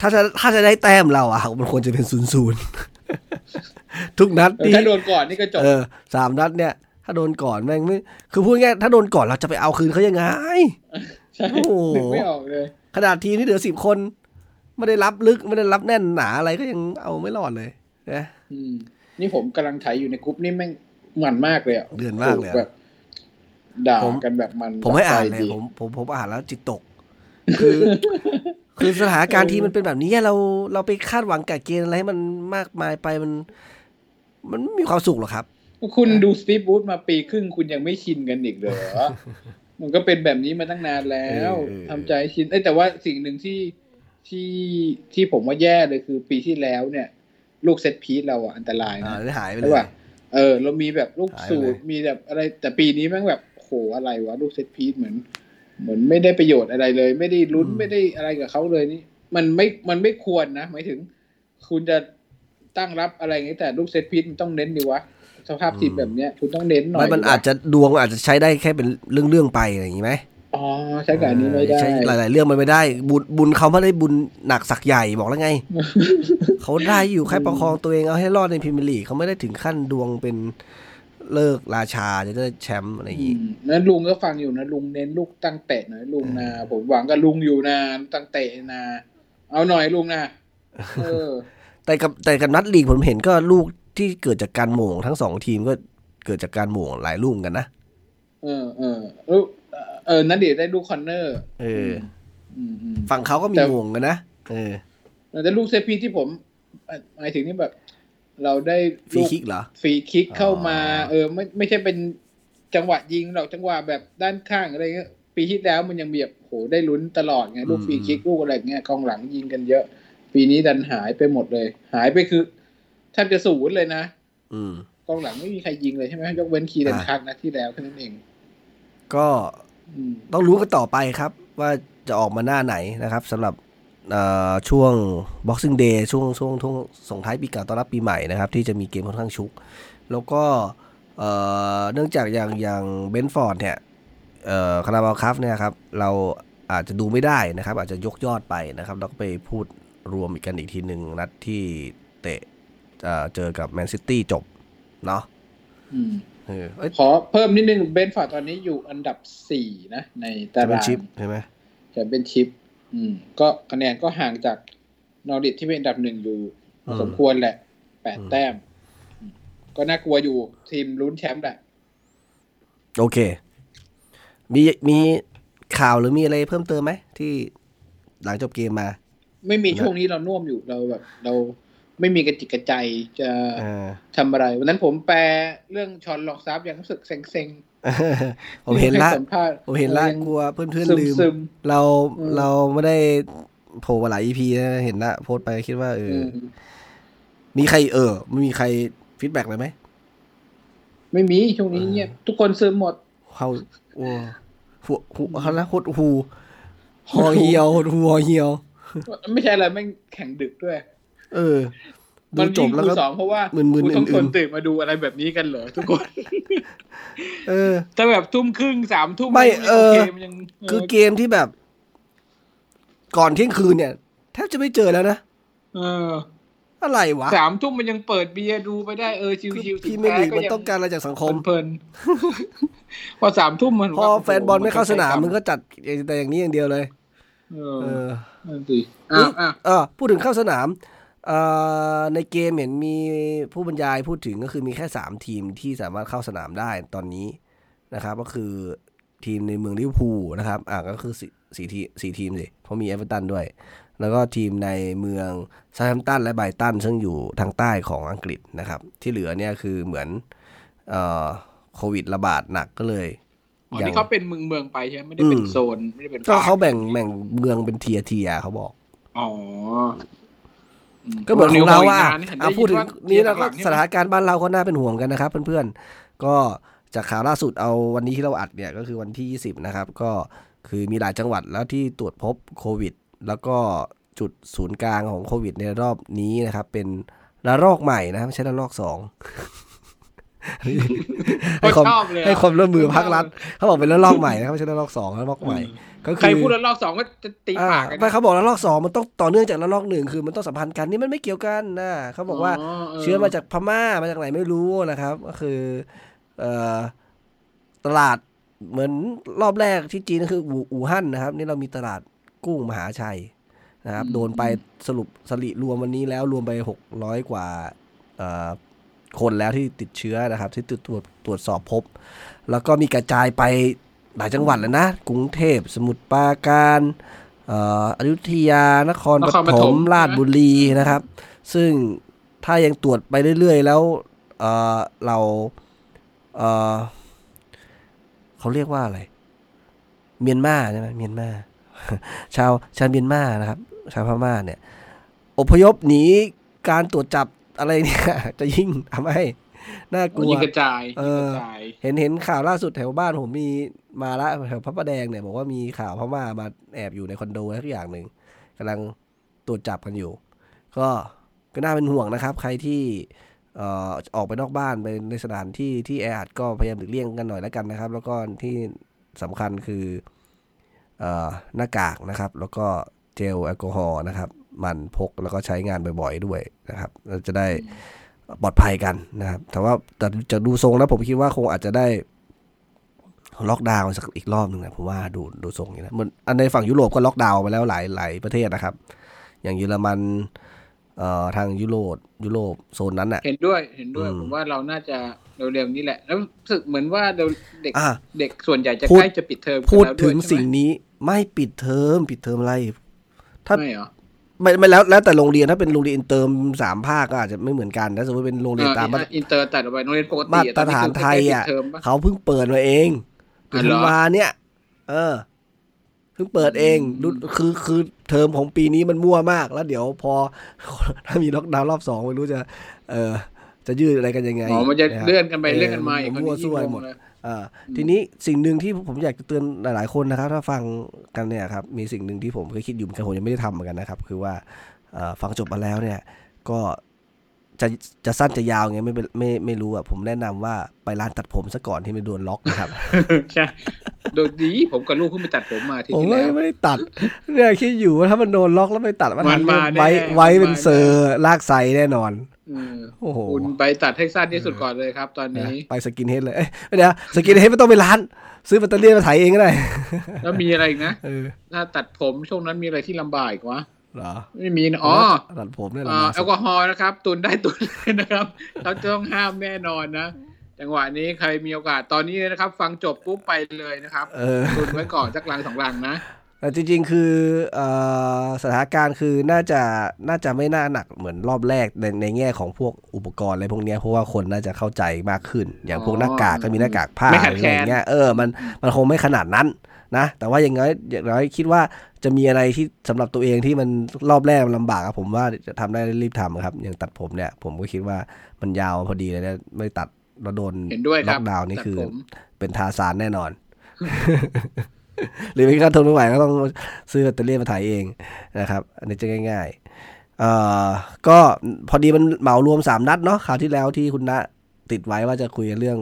ถ้าจะถ้าจะได้แต้มเราอะมันควรจะเป็นศูนย์ศูนย์ ทุกนัดที่
ถ้าโดนก่อนนี่ก็จบ
เออสามนัดเนี่ย ถ้าโดนก่อนแม่งไม่คือพูดง่ายๆถ้าโดนก่อนเราจะไปเอาคืนเขายังไง
ใช่
โอ้โห
นึกไม่ออกเลย
ขนาดทีมที่เหลือสิบคน ไม่ได้รับลึกไม่ได้รับแน่นหนาอะไรก็ยังเอาไม่รอดเลยนะ
อืม นี่ผมกำลังไถ่ายอยู่ในกรุ๊ปนี่แม่งมันมากเลยอะ
เดือนมากเลยอะ
แบบด่า
ผม
กันแบบมัน
ผมให้อ่านเล
แบบ
ย
ใจดี
ผมผมผมอ่านแล้วจิตตก คือ คือสถานการณ์ที่มันเป็นแบบนี้เราเราไปคาดหวังกับเกณฑ์อะไรให้มันมากมายไปมัน มันไม่มีความสุขหรอกครับ
คุณดูสตีฟบูธมาปีครึ่งคุณยังไม่ชินกันอีกเหรอ มันก็เป็นแบบนี้มาตั้งนานแล้ว
เออเออ
ทำใจให้ชินเอ้ยแต่ว่าสิ่งหนึ่งที่ที่ที่ผมว่าแย่เลยคือปีที่แล้วเนี่ย ลูกเซตพีซเราอะอันตราย
อ่า
นะ
ได้หายไปเล
ใช่
ย
ป่ะ เออ เรามีแบบลูก
หายไป
สู
เล
ต
ย
ร มีแบบอะไร แต่ปีนี้แม่งแบบโหอะไรวะ ลูกเซตพีซเหมือน เหมือนไม่ได้ประโยชน์อะไรเลย ไม่ได้ลุ้นไม่ได้อะไรกับเขาเลยนี่ มันไม่ มันไม่ควรนะหมายถึง คุณจะตั้งรับอะไรอย่างงี้แต่ลูกเซตพีซมันต้องเน้นดีวะ สภาพทีมแบบเนี้ย คุณต้องเน้นหน่อ
ไม่
ย
มัน
ดิวะ
อาจจะดวงอาจจะใช้ได้แค่เป็นเรื่องเรื่องๆไปอะไรอย่างนี้ไหม
อ๋อใช้กับอันนี้ไม่ได้
ใช้หลาย ๆ เรื่องมันไม่ได้ บุญบุญเขาไม่ได้บุญหนักสักใหญ่บอก แล้วไง เขาได้อยู่แค่ประคองตัวเองเอาให้รอดในพรีเมียร์ลีกเขาไม่ได้ถึงขั้นดวงเป็นเลิกราชาจะได้แชมป์อะไรอย่าง
อื
นี้
มนั้นลุงก็ฟังอยู่นะลุงเน้นลูกตั้งเตะหน่อยลุงนะ ผมหวังกับลุงอยู่นะตั้งเตะนะ เอาหน่อยลุงนะ เออ
แต่กับแต่กับนัดลีกผมเห็นก็ลูกที่เกิดจากการโหม่งทั้งสองทีมก็เกิดจากการโหม่งหลายลูกเหมือนกันนะ
เออเออเออเออนัดเดชน์ได้ลูกคอนเนอร์
เออ
อืมอืม
ฝั่งเขาก็มี
แต่
โหม่งกันนะ เออ
แต่ลูกเซฟพีที่ผมเอ่อหมายถึงนี่แบบ เราได้
ฟรี
ลูก
คิกเหรอ
ฟรีคิกเข้ามา
อ๋อ
เออ ไม่ไม่ใช่เป็นจังหวะยิงหรอกจังหวะแบบด้านข้างอะไรเงี้ยปีที่แล้วมันยังมีแบบโหได้ลุ้นตลอดไงลูกฟรีคิกลูกอะไรเงี้ยกองหลังยิงกันเยอะ ปีนี้ดันหายไปหมดเลย หายไปคือแทบจะศูนย์เลยนะ
อืม
กองหลังไม่มีใครยิงเลยใช่ไหมยกเว้นคีเดน
อ่า
คักนะที่แล้วแค่นั้นเอง
ก็
อืม
ต้องรู้กันต่อไปครับ ว่าจะออกมาหน้าไหนนะครับสำหรับเอ่อช่วง Boxing Day ช่วงช่วงช่วงส่งท้ายปีเก่าต้อนรับปีใหม่นะครับ ที่จะมีเกมค่อนข้างชุก แล้วก็เอ่อเนื่องจากอย่างอย่างเบนฟอร์ดเนี่ยเอ่อคาราบาลคัฟเนี่ยครับ เราอาจจะดูไม่ได้นะครับ อาจจะยกยอดไปนะครับแล้วก็ไปพูดรวมอีกกันอีกทีหนึ่งนัดที่เตะเอ่อเจอกับแมนซิตี้จบ เนาะ
อืม
เออเอ้ย
ขอเพิ่มนิดนึงเบนฟอร์ดตอนนี้อยู่อันดับสี่นะ ในตา
จะเป็น
ราง
ชิปใช่ไหม
แชมเปี้ยนชิพอืม ก็คะแนนก็ห่างจากนอริทที่เป็นอันดับหนึ่งอยู่พอสมควรแหละแปด
อืม
แต้มอืมก็น่ากลัวอยู่ทีมลุ้นแชมป์แหละ
โอเค มีมีข่าวหรือมีอะไรเพิ่มเติมไหมที่หลังจบเกมมา
ไม่มี
นะ
ช่วงนี้เราน่วมอยู่เราแบบ เราไม่มีกระจิกกระใจจะ
เออ
ทำอะไร วันนั้นผมแปลเรื่องชอนลองซับยังรู้สึกเซ็ง
ผมเห็น ละ
ให้สัมภาษณ์
ผมเห็นละ
รายัง
กลัวเพื่อนๆลืม
ซึม
เรา
อืม
เราไม่ได้โผล่มาหลาย EP นะเห็นละโพสต์ไปคิดว่าเอ
ๆ
อ
อืม
อมีใครเออมีใครฟีดแบ็กเลยไหม
ไม่มีช่วงนี้เงียบทุกคนซึมหมด
เขาโอ้หัวหัวเขาละหดหูหอเหียวหดหูหอเหียว
ไม่ใช่อะไรแม่งแข่งดึกด้วย
เออดู
มัน
จ
ยิ่
บ
ง
แล้ว
คู
ก็
สองเพราะว่า
มึ
มึ
นๆ
ต้อง
อื่
คน น
ๆ
ตื่นมาดูอะไรแบบนี้กันเหรอทุกคน
เออ
ถ้าแบบทุ่มครึ่งสามทุ่ม
ไม่เออ
โคมันยังเ
คือเกมที่แบบ ก่อนเที่ยงคืนเนี่ยแทบจะไม่เจอแล้วนะ
เออ
อะไรวะ
สามทุ่มมันยังเปิดเบียร์ดูไปได้เออชิว
คือ
ๆ
พรี่
สุด
เมยร์
ท้า
ลี
ย
ก
ก็
มัน
ยัง
ต้องการอะไรจากสังคม
เพลินๆพอสามทุ่มมัน
พอแฟนบอลไม่เข้าสนามมึง
ก็
ก็จัดแต่อย่างนี้อย่างเดียวเลย
เอ
เอ
อ
อ
นั่นสิอ่ะอ่ะ
เออพูดถึงเข้าสนามเอ่อในเกมเห็นมีผู้บรรยายพูดถึงก็คือมีแค่สามทีมที่สามารถเข้าสนามได้ตอนนี้นะครับ ก็คือทีมในเมืองลิเวอร์พูลนะครับ อ่ะก็คือสี่สี่ทีมสี่ทีมสิเพราะมีเอเวอร์ตันด้วย แล้วก็ทีมในเมืองซาแฮมป์ตันและไบรตันซึ่งอยู่ทางใต้ของอังกฤษนะครับ ที่เหลือเนี่ยคือเหมือนเอ่อโควิดระบาดหนักก็เลย
อ๋อ
ยัง
ที่เขาเป็นเมืองเมืองๆไปใช่ไหมไม่ได้เป็น
อืม
โซนไม่ได้เป็น
ก็เขาแบ่งแบ่งเมืองเป็นเทียร์เทียร์เขาบอก
อ๋อ
ก็เหมือนของเราอ่ะ
เอา
เอา
พู
พู
ด
ด
ถึ
ถึ
ง
ง
นี้
นี้
แล้
แล้ว ว
ก็
ก็
ส
ส
ถา
ถาน นการณ์บ้านเราก็น่าเป็นห่วงกันนะครับเพื่อนๆ ก็จากข่าวล่าสุดเอาวันนี้ที่เราอัดเนี่ยก็คือวันที่ 20 นะครับ ก็คือมีหลายจังหวัดแล้วที่ตรวจพบโควิด แล้วก็จุดศูนย์กลางของโควิดในรอบนี้นะครับ เป็นระลอกใหม่นะครับไม่ใช่ระลอกสอง ให้ความ
ชอบเลยอะ
ให้ความร่วมมือภาครัฐเขาบอกเป็นระลอกใหม่นะครับไม่ใช่ระลอกสองระลอกใหม่ก็
ใคร
คือ
พูดแล้วรอบสองก็จะตีปากกัน
อ่ไม่เขาบอกแล้วลอกสองมันต้องต่อเนื่องจากแล้วลอกหนึ่งคือมันต้องสัมพันธ์กันนี่มันไม่เกี่ยวกันนะเขาบอกว่าเชื้อมาจากพม่ามาจากไหนไม่รู้นะครับ ก็คือเอ่อตลาดเหมือนรอบแรกที่จีนก็คืออู่อู่ฮั่นนะครับ นี่เรามีตลาดกุ้งมหาชัยนะครับ โดนไปสรุปสริรวมวันนี้แล้วรวมไปหกร้อยกว่าเอ่อคนแล้วที่ติดเชื้อนะครับ ที่ตรวจตรวจตรวจสอบพบ แล้วก็มีกระจายไปหลายจังหวัดแล้วนะ กรุงเทพสมุทรปราการ เอ่ออยุธยานครป
นครป
ฐ
ฐม
มราช
ใช่ไหม
บุรีนะครับ ซึ่งถ้ายังตรวจไปเรื่อย ๆ แล้ว เอ่อเราเอ่อเขาเรียกว่าอะไร เมียนมาใช่ไหมเมียนมา ชาวชาวเมียนมานะครับ ชาวพม่าเนี่ยอพยพหนีการตรวจจับอะไรเนี่ย จะยิ่งทำให้น่ากลัว
ยิงกระจาย
เอ
ยิ
อ
งกระจาย
เห็นเห็นข่าวล่าสุดแถวบ้านผมมีมาละแถวพระประแดงเนี่ยบอกว่ามีข่าวพม่ามาแอบอยู่ในคอนโดสักอย่างหนึ่งกำลังตรวจจับกันอยู่ ก็ก็น่าเป็นห่วงนะครับ ใครที่เอ่อออกไปนอกบ้านไปในสถานที่ที่แออัดก็พยายามหลีกเลี่ยงกันหน่อยแล้วกันนะครับ แล้วก็ที่สำคัญคือเอ่อหน้ากากนะครับ แล้วก็เจลแอลกอฮอล์นะครับหมันพกแล้วก็ใช้งานบ่อยๆด้วยนะครับเราจะได้ ปลอดภัยกันนะครับ แต่ว่าแต่จะดูทรงแล้วผมคิดว่าคงอาจจะได้ล็อกดาวน์สักอีกรอบหนึ่งนะผมว่าดูดูทรงอย่างนี้นะเหมือนอันในฝั่งยุโรปก็ล็อกดาวน์ไปแล้วหลายหลายประเทศนะครับ อย่างเยอรมันเอ่อทางยุโรปยุโรปโซนนั้นอ่ะ
เห็นด้วยเห็นด้วย
อืม
ผมว่าเราน่าจะเร็วๆนี้แหละ แล้วรู้สึกเหมือนว่าเดี๋ยวเด็ก
อ่ะ
เด็กส่วนใหญ่จะ
พูด
ใกล้จะปิดเทอมกัน
พูด
แล้ว
ถึ
วย
ง
ใช่ไหม
สิ่งนี้ไม่ปิดเทอมปิดเทอมอะไร ถ้า
ไม่เหรอ
ไม่ไม่แล้วแล้วแต่โรงเรียนถ้าเป็นโรงเรียนอินเตอร์สามภาคก็อาจจะไม่เหมือนกันถ้าสมมติเป็นโรงเรียนตามมาตร
อินเตอร์ตัดออกไปโรงเรียนปกติ
มา
อะ
ตรฐานไทย
ตนนี้คือใกล้ปิ
อ่ะ
ดเทอมปะ
เขาเพิ่งเปิดมาเอง
อ๋อเหรอ
ธันวาเนี่ย เออเพิ่งเปิดเองรู้คือคือเทอมของปีนี้มันมั่วมาก แล้วเดี๋ยวพอ ถ้ามีล็อกดาวน์รอบสองไม่รู้จะ เออจะยืดอะไรกันยังไง
หมอมันจะ
ครับ
เลื่อนกันไปเลื่อนกันมาอีก
มั่วซั่วไปหมด
เลย
อ่า
อืม
ทีนี้สิ่งหนึ่งที่ผมอยากจะเตือนหลาย ๆ คนนะครับ ถ้าฟังกันเนี่ยครับมีสิ่งหนึ่งที่ผมเคยคิดอยู่เหมือนกันผมยังไม่ได้ทำเหมือนกันนะครับ คือว่าเอ่อฟังจบมาแล้วเนี่ย ก็จะจะสั้นจะยาวไงไม่เป็นไม่ไม่รู้อ่ะผมแนะนำว่าไปร้านตัดผมซะก่อนที่ไม่โดนล็อก นะครับ
ใช่โดยดีผมกับลูกเพิ่งไปตัดผมมาอาที
ผม
ที่
ไม่
แล้ว
ไม่ได้ตัดเนี่ยคิดอยู่ว่าถ้ามันโดนล็อกแล้วไม่ตัดมัน
มันมาแน่
ไว้ไว้เป็น
มันมาแน่
เซอร์ลากไซแน่นอน
เออ
โอ้โห
คุณไปตัดให้สั้นที่สุดก่อนเลยครับ ตอน
นะ
นี้
ไปสกินเฮดเลยเอ้ยเดี๋ยวสกินเฮดไม่ต้องไปร้าน ซื้อแบตเตอรี่มาไถ่ายเองก็ได้
แล้วมีอะไรอีกนะ
เออ
ถ้าตัดผมช่วงนั้นมีอะไรที่ลำบากอีกวะ
เหรอ
ไม่มีนะอ๋อ
ตัดผมเนี่ยแหละ
เอ่อ
มา
แอ
สุ
ล
ด
กอฮอล์นะครับ ตุนได้ตุนเลย นะครับ เราจะต้องห้ามแน่นอนนะ จังหวะนี้ใครมีโอกาสตอนนี้เลยนะครับ ฟังจบปุ๊บไปเลยนะครับ
เออ
ตุนไว้ก่อนสักลังสองลังนะ
เอ แต่จริง ๆ คือเอ่อสถานการณ์คือน่าจะน่าจะไม่น่าหนักเหมือนรอบแรกในในแง่ของพวกอุปกรณ์อะไรพวกเนี้ยเพราะว่าคนน่าจะเข้าใจมากขึ้น อย่างพวกหน้ากากก็มีหน้ากากผ้า
ไม่
อะ
ขาด
ไร
แคลน
อย่างเงี้ยเออมันมันคงไม่ขนาดนั้นนะ แต่ว่าอย่างน้อยอย่างน้อยคิดว่าจะมีอะไรที่สำหรับตัวเองที่มันรอบแรกมันลำบากอะผมว่าจะทำได้รีบทำครับ อย่างตัดผมเนี่ย ผมก็คิดว่ามันยาวพอดีเลยนะไม่ตัดแล้วโดน
เห็นด้วยค
ล็
รั
อบ กดาวน์นี่
ตัด
คือ
ผม
เป็นทาสานแน่นอน หรือไม่ก็ทนไม่ไหวก็ต้องซื้อแบตเตอรี่มาถ่ายเองนะครับ อันนี้จะง่ายๆเอ่อก็พอดีมันเหมารวมสามนัดเนาะคราวที่แล้วที่คุณณติดไว้ว่าจะคุยเรื่อง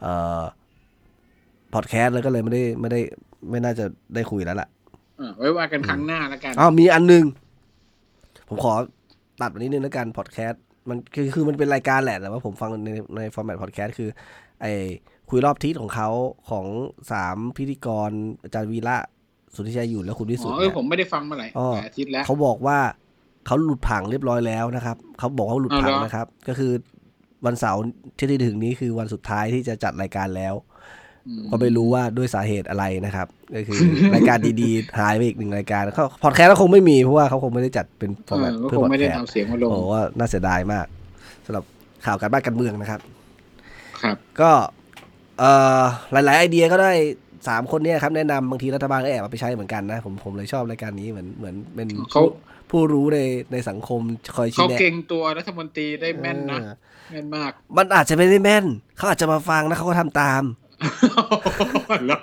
เอ่อพอดแคสต์แล้วก็เลยไม่ได้ไม่ได้ไม่น่าจะได้คุยแล้วล่ะ
อ่าไว้ว่ากันครั้งหน้าแล้วกัน
อ้าวมีอันหนึง ผมขอตัดมานิดนึงแล้วกันพอดแคสต์มันคือคือมันเป็นรายการแหละ แต่ว่าผมฟังในในฟอร์แมตพอดแคสต์คือ ไอคุยรอบทิศของเขาของสามพิธีกร อาจารย์วีระสุทธิชัยหยุ่นและคุณวิ
อ๋
สุท
อ
ธ์
เอ
เนี่
อย ผมไม่ได้ฟังมาหลาย
อ๋อ
หลายอาทิตย์แล้ว
เขาบอกว่าเขาหลุดผังเรียบร้อยแล้วนะครับ เขาบอกว่าหลุดผัง
เอาเหรอ
นะครับ ก็คือวันเสาร์ที่จะถึงนี้คือวันสุดท้ายที่จะจัดรายการแล้ว
อืม
ก็ไม่รู้ว่าด้วยสาเหตุอะไรนะครับ ก็คือ รายการดีๆ หายไปอีกหนึ่งรายการเขาพอดแคสต์ก็คงไม่มีเพราะว่าเขาคงไม่ได้จัดเป็นฟ
เอ
อร์แม
อ
ต
ก็
เพื่อ
คง
พอด
ไม่
แค
ได้
สต์
ทำเสียงมาล
โอ้
ง
โหว่าน่าเสียดายมากสำหรับข่าวการบ้านการเมืองนะครับ
ครับ
ก็เอ่อหลาย ๆ ไอเดียก็ได้สามคนเนี่ยครับแนะนำบางทีรัฐบาลก็แอบเอาไปใช้เหมือนกันนะผมผมเลยชอบรายการนี้เหมือนเหมือนเป็น
เขา
ผู้ผู้รู้ในในสังคมคอยชี้
เขา
แนะ
เก่งตัวรัฐมนตรีได้แม่นนะ
เออ
แม่นมาก
มันอาจจะไม่ได้แม่น เขาอาจจะมาฟังแล้วเขาก็ทำตาม
แล้ว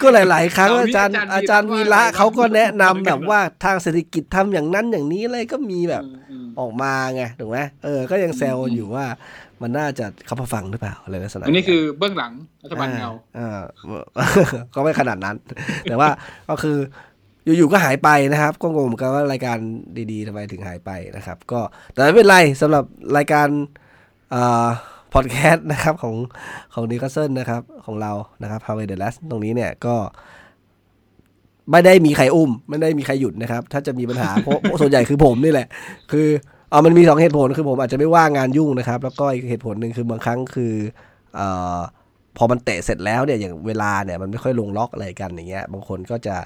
ก็หลาย ๆ ครั้ง
เอา
อา
นี่
จารย์อา
อา
จา
จาร รย์
ย์
วี
วี
ระ
ระ
ว่าอะไร
เขาก็แนะนำ
บ้าง
แบบว่าทางเศรษฐกิจทำอย่างนั้นอย่างนี้อะไรก็มีแบบ
อืม
ออกมาไงถูกไหมเออ ก็ยังแซว
อืม
อยู่ว่ามันน่าจะเขามาฟังหรือเปล่าอะไรลักษณะ
อันนี้คือเบื้องหลังรัฐบาลเงา
อ่ าอ่า ก็ไม่ขนาดนั้น แต่ว่าก็คืออยู่ ๆ ก็หายไปนะครับ ก็งงเหมือนกันว่ารายการดีๆทำไมถึงหายไปนะครับ ก็แต่ไม่เป็นไรสำหรับรายการอ่ าพอดแคสต์นะครับของของนิวคาสเซิลนะครับ ของเรานะครับ h o w a y the Last ตรงนี้เนี่ยก็ ไม่ได้มีใครอุ้ม ไม่ได้มีใครหยุดนะครับ ถ้าจะมีปัญหา เพราะเพราะส่วนใหญ่คือผมนี่แหละ คือเอามันมีสองเหตุผลคือผมอาจจะไม่ว่างงานยุ่งนะครับ แล้วก็อีกเหตุผลหนึ่งคือบางครั้งคือเอ่อพอมันเตะเสร็จแล้วเนี่ยอย่างเวลาเนี่ยมันไม่ค่อยลงล็อกอะไรกันอย่างเงี้ยบางคนก็จะ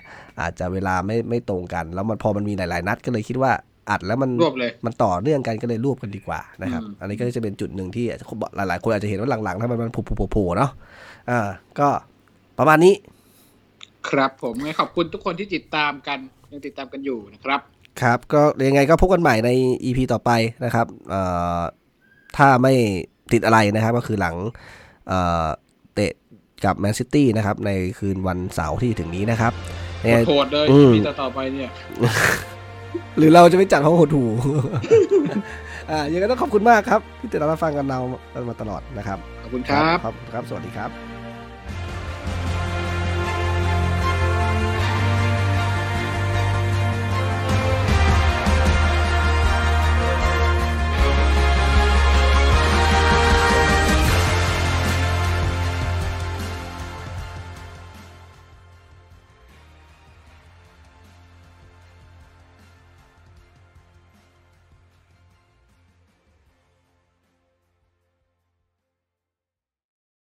อาจจะเวลาไม่ไม่ตรงกัน แล้วมันพอมันมีหลาย ๆ นัดก็เลยคิดว่าอัดแล้วมัน
รวบเลย
มันต่อเนื่องกันก็เลยรวบกันดีกว่านะครับ
อืม
อันนี้ก็จะเป็นจุดหนึ่งที่หลายๆ คนอาจจะเห็นว่าหลังๆถ้ามันมันผุผุๆๆๆเนาะอ่าก็ประมาณนี้
ครับผมไงขอบคุณทุกคนที่ติดตามกันยังติดตามกันอยู่นะครับ
ครับ ก็ยังไงก็พบกันใหม่ใน EP ต่อไปนะครับเอ่อถ้าไม่ติดอะไรนะครับ ก็คือหลังเอ่อเตะกับแมนซิตี้นะครับ ในคืนวันเสาร์ที่ถึงนี้นะครับยังไง
โหดๆเลย
อืม
มีต่อต่อไปเนี่ย
หรือเราจะไม่ จัดห้องโหดหู อ่ายังไงต้องขอบคุณมากครับที่ติดตามรับฟังกันเรามาตลอดนะครับ
ขอบคุณครับ
ครับครับ สวัสดีครับ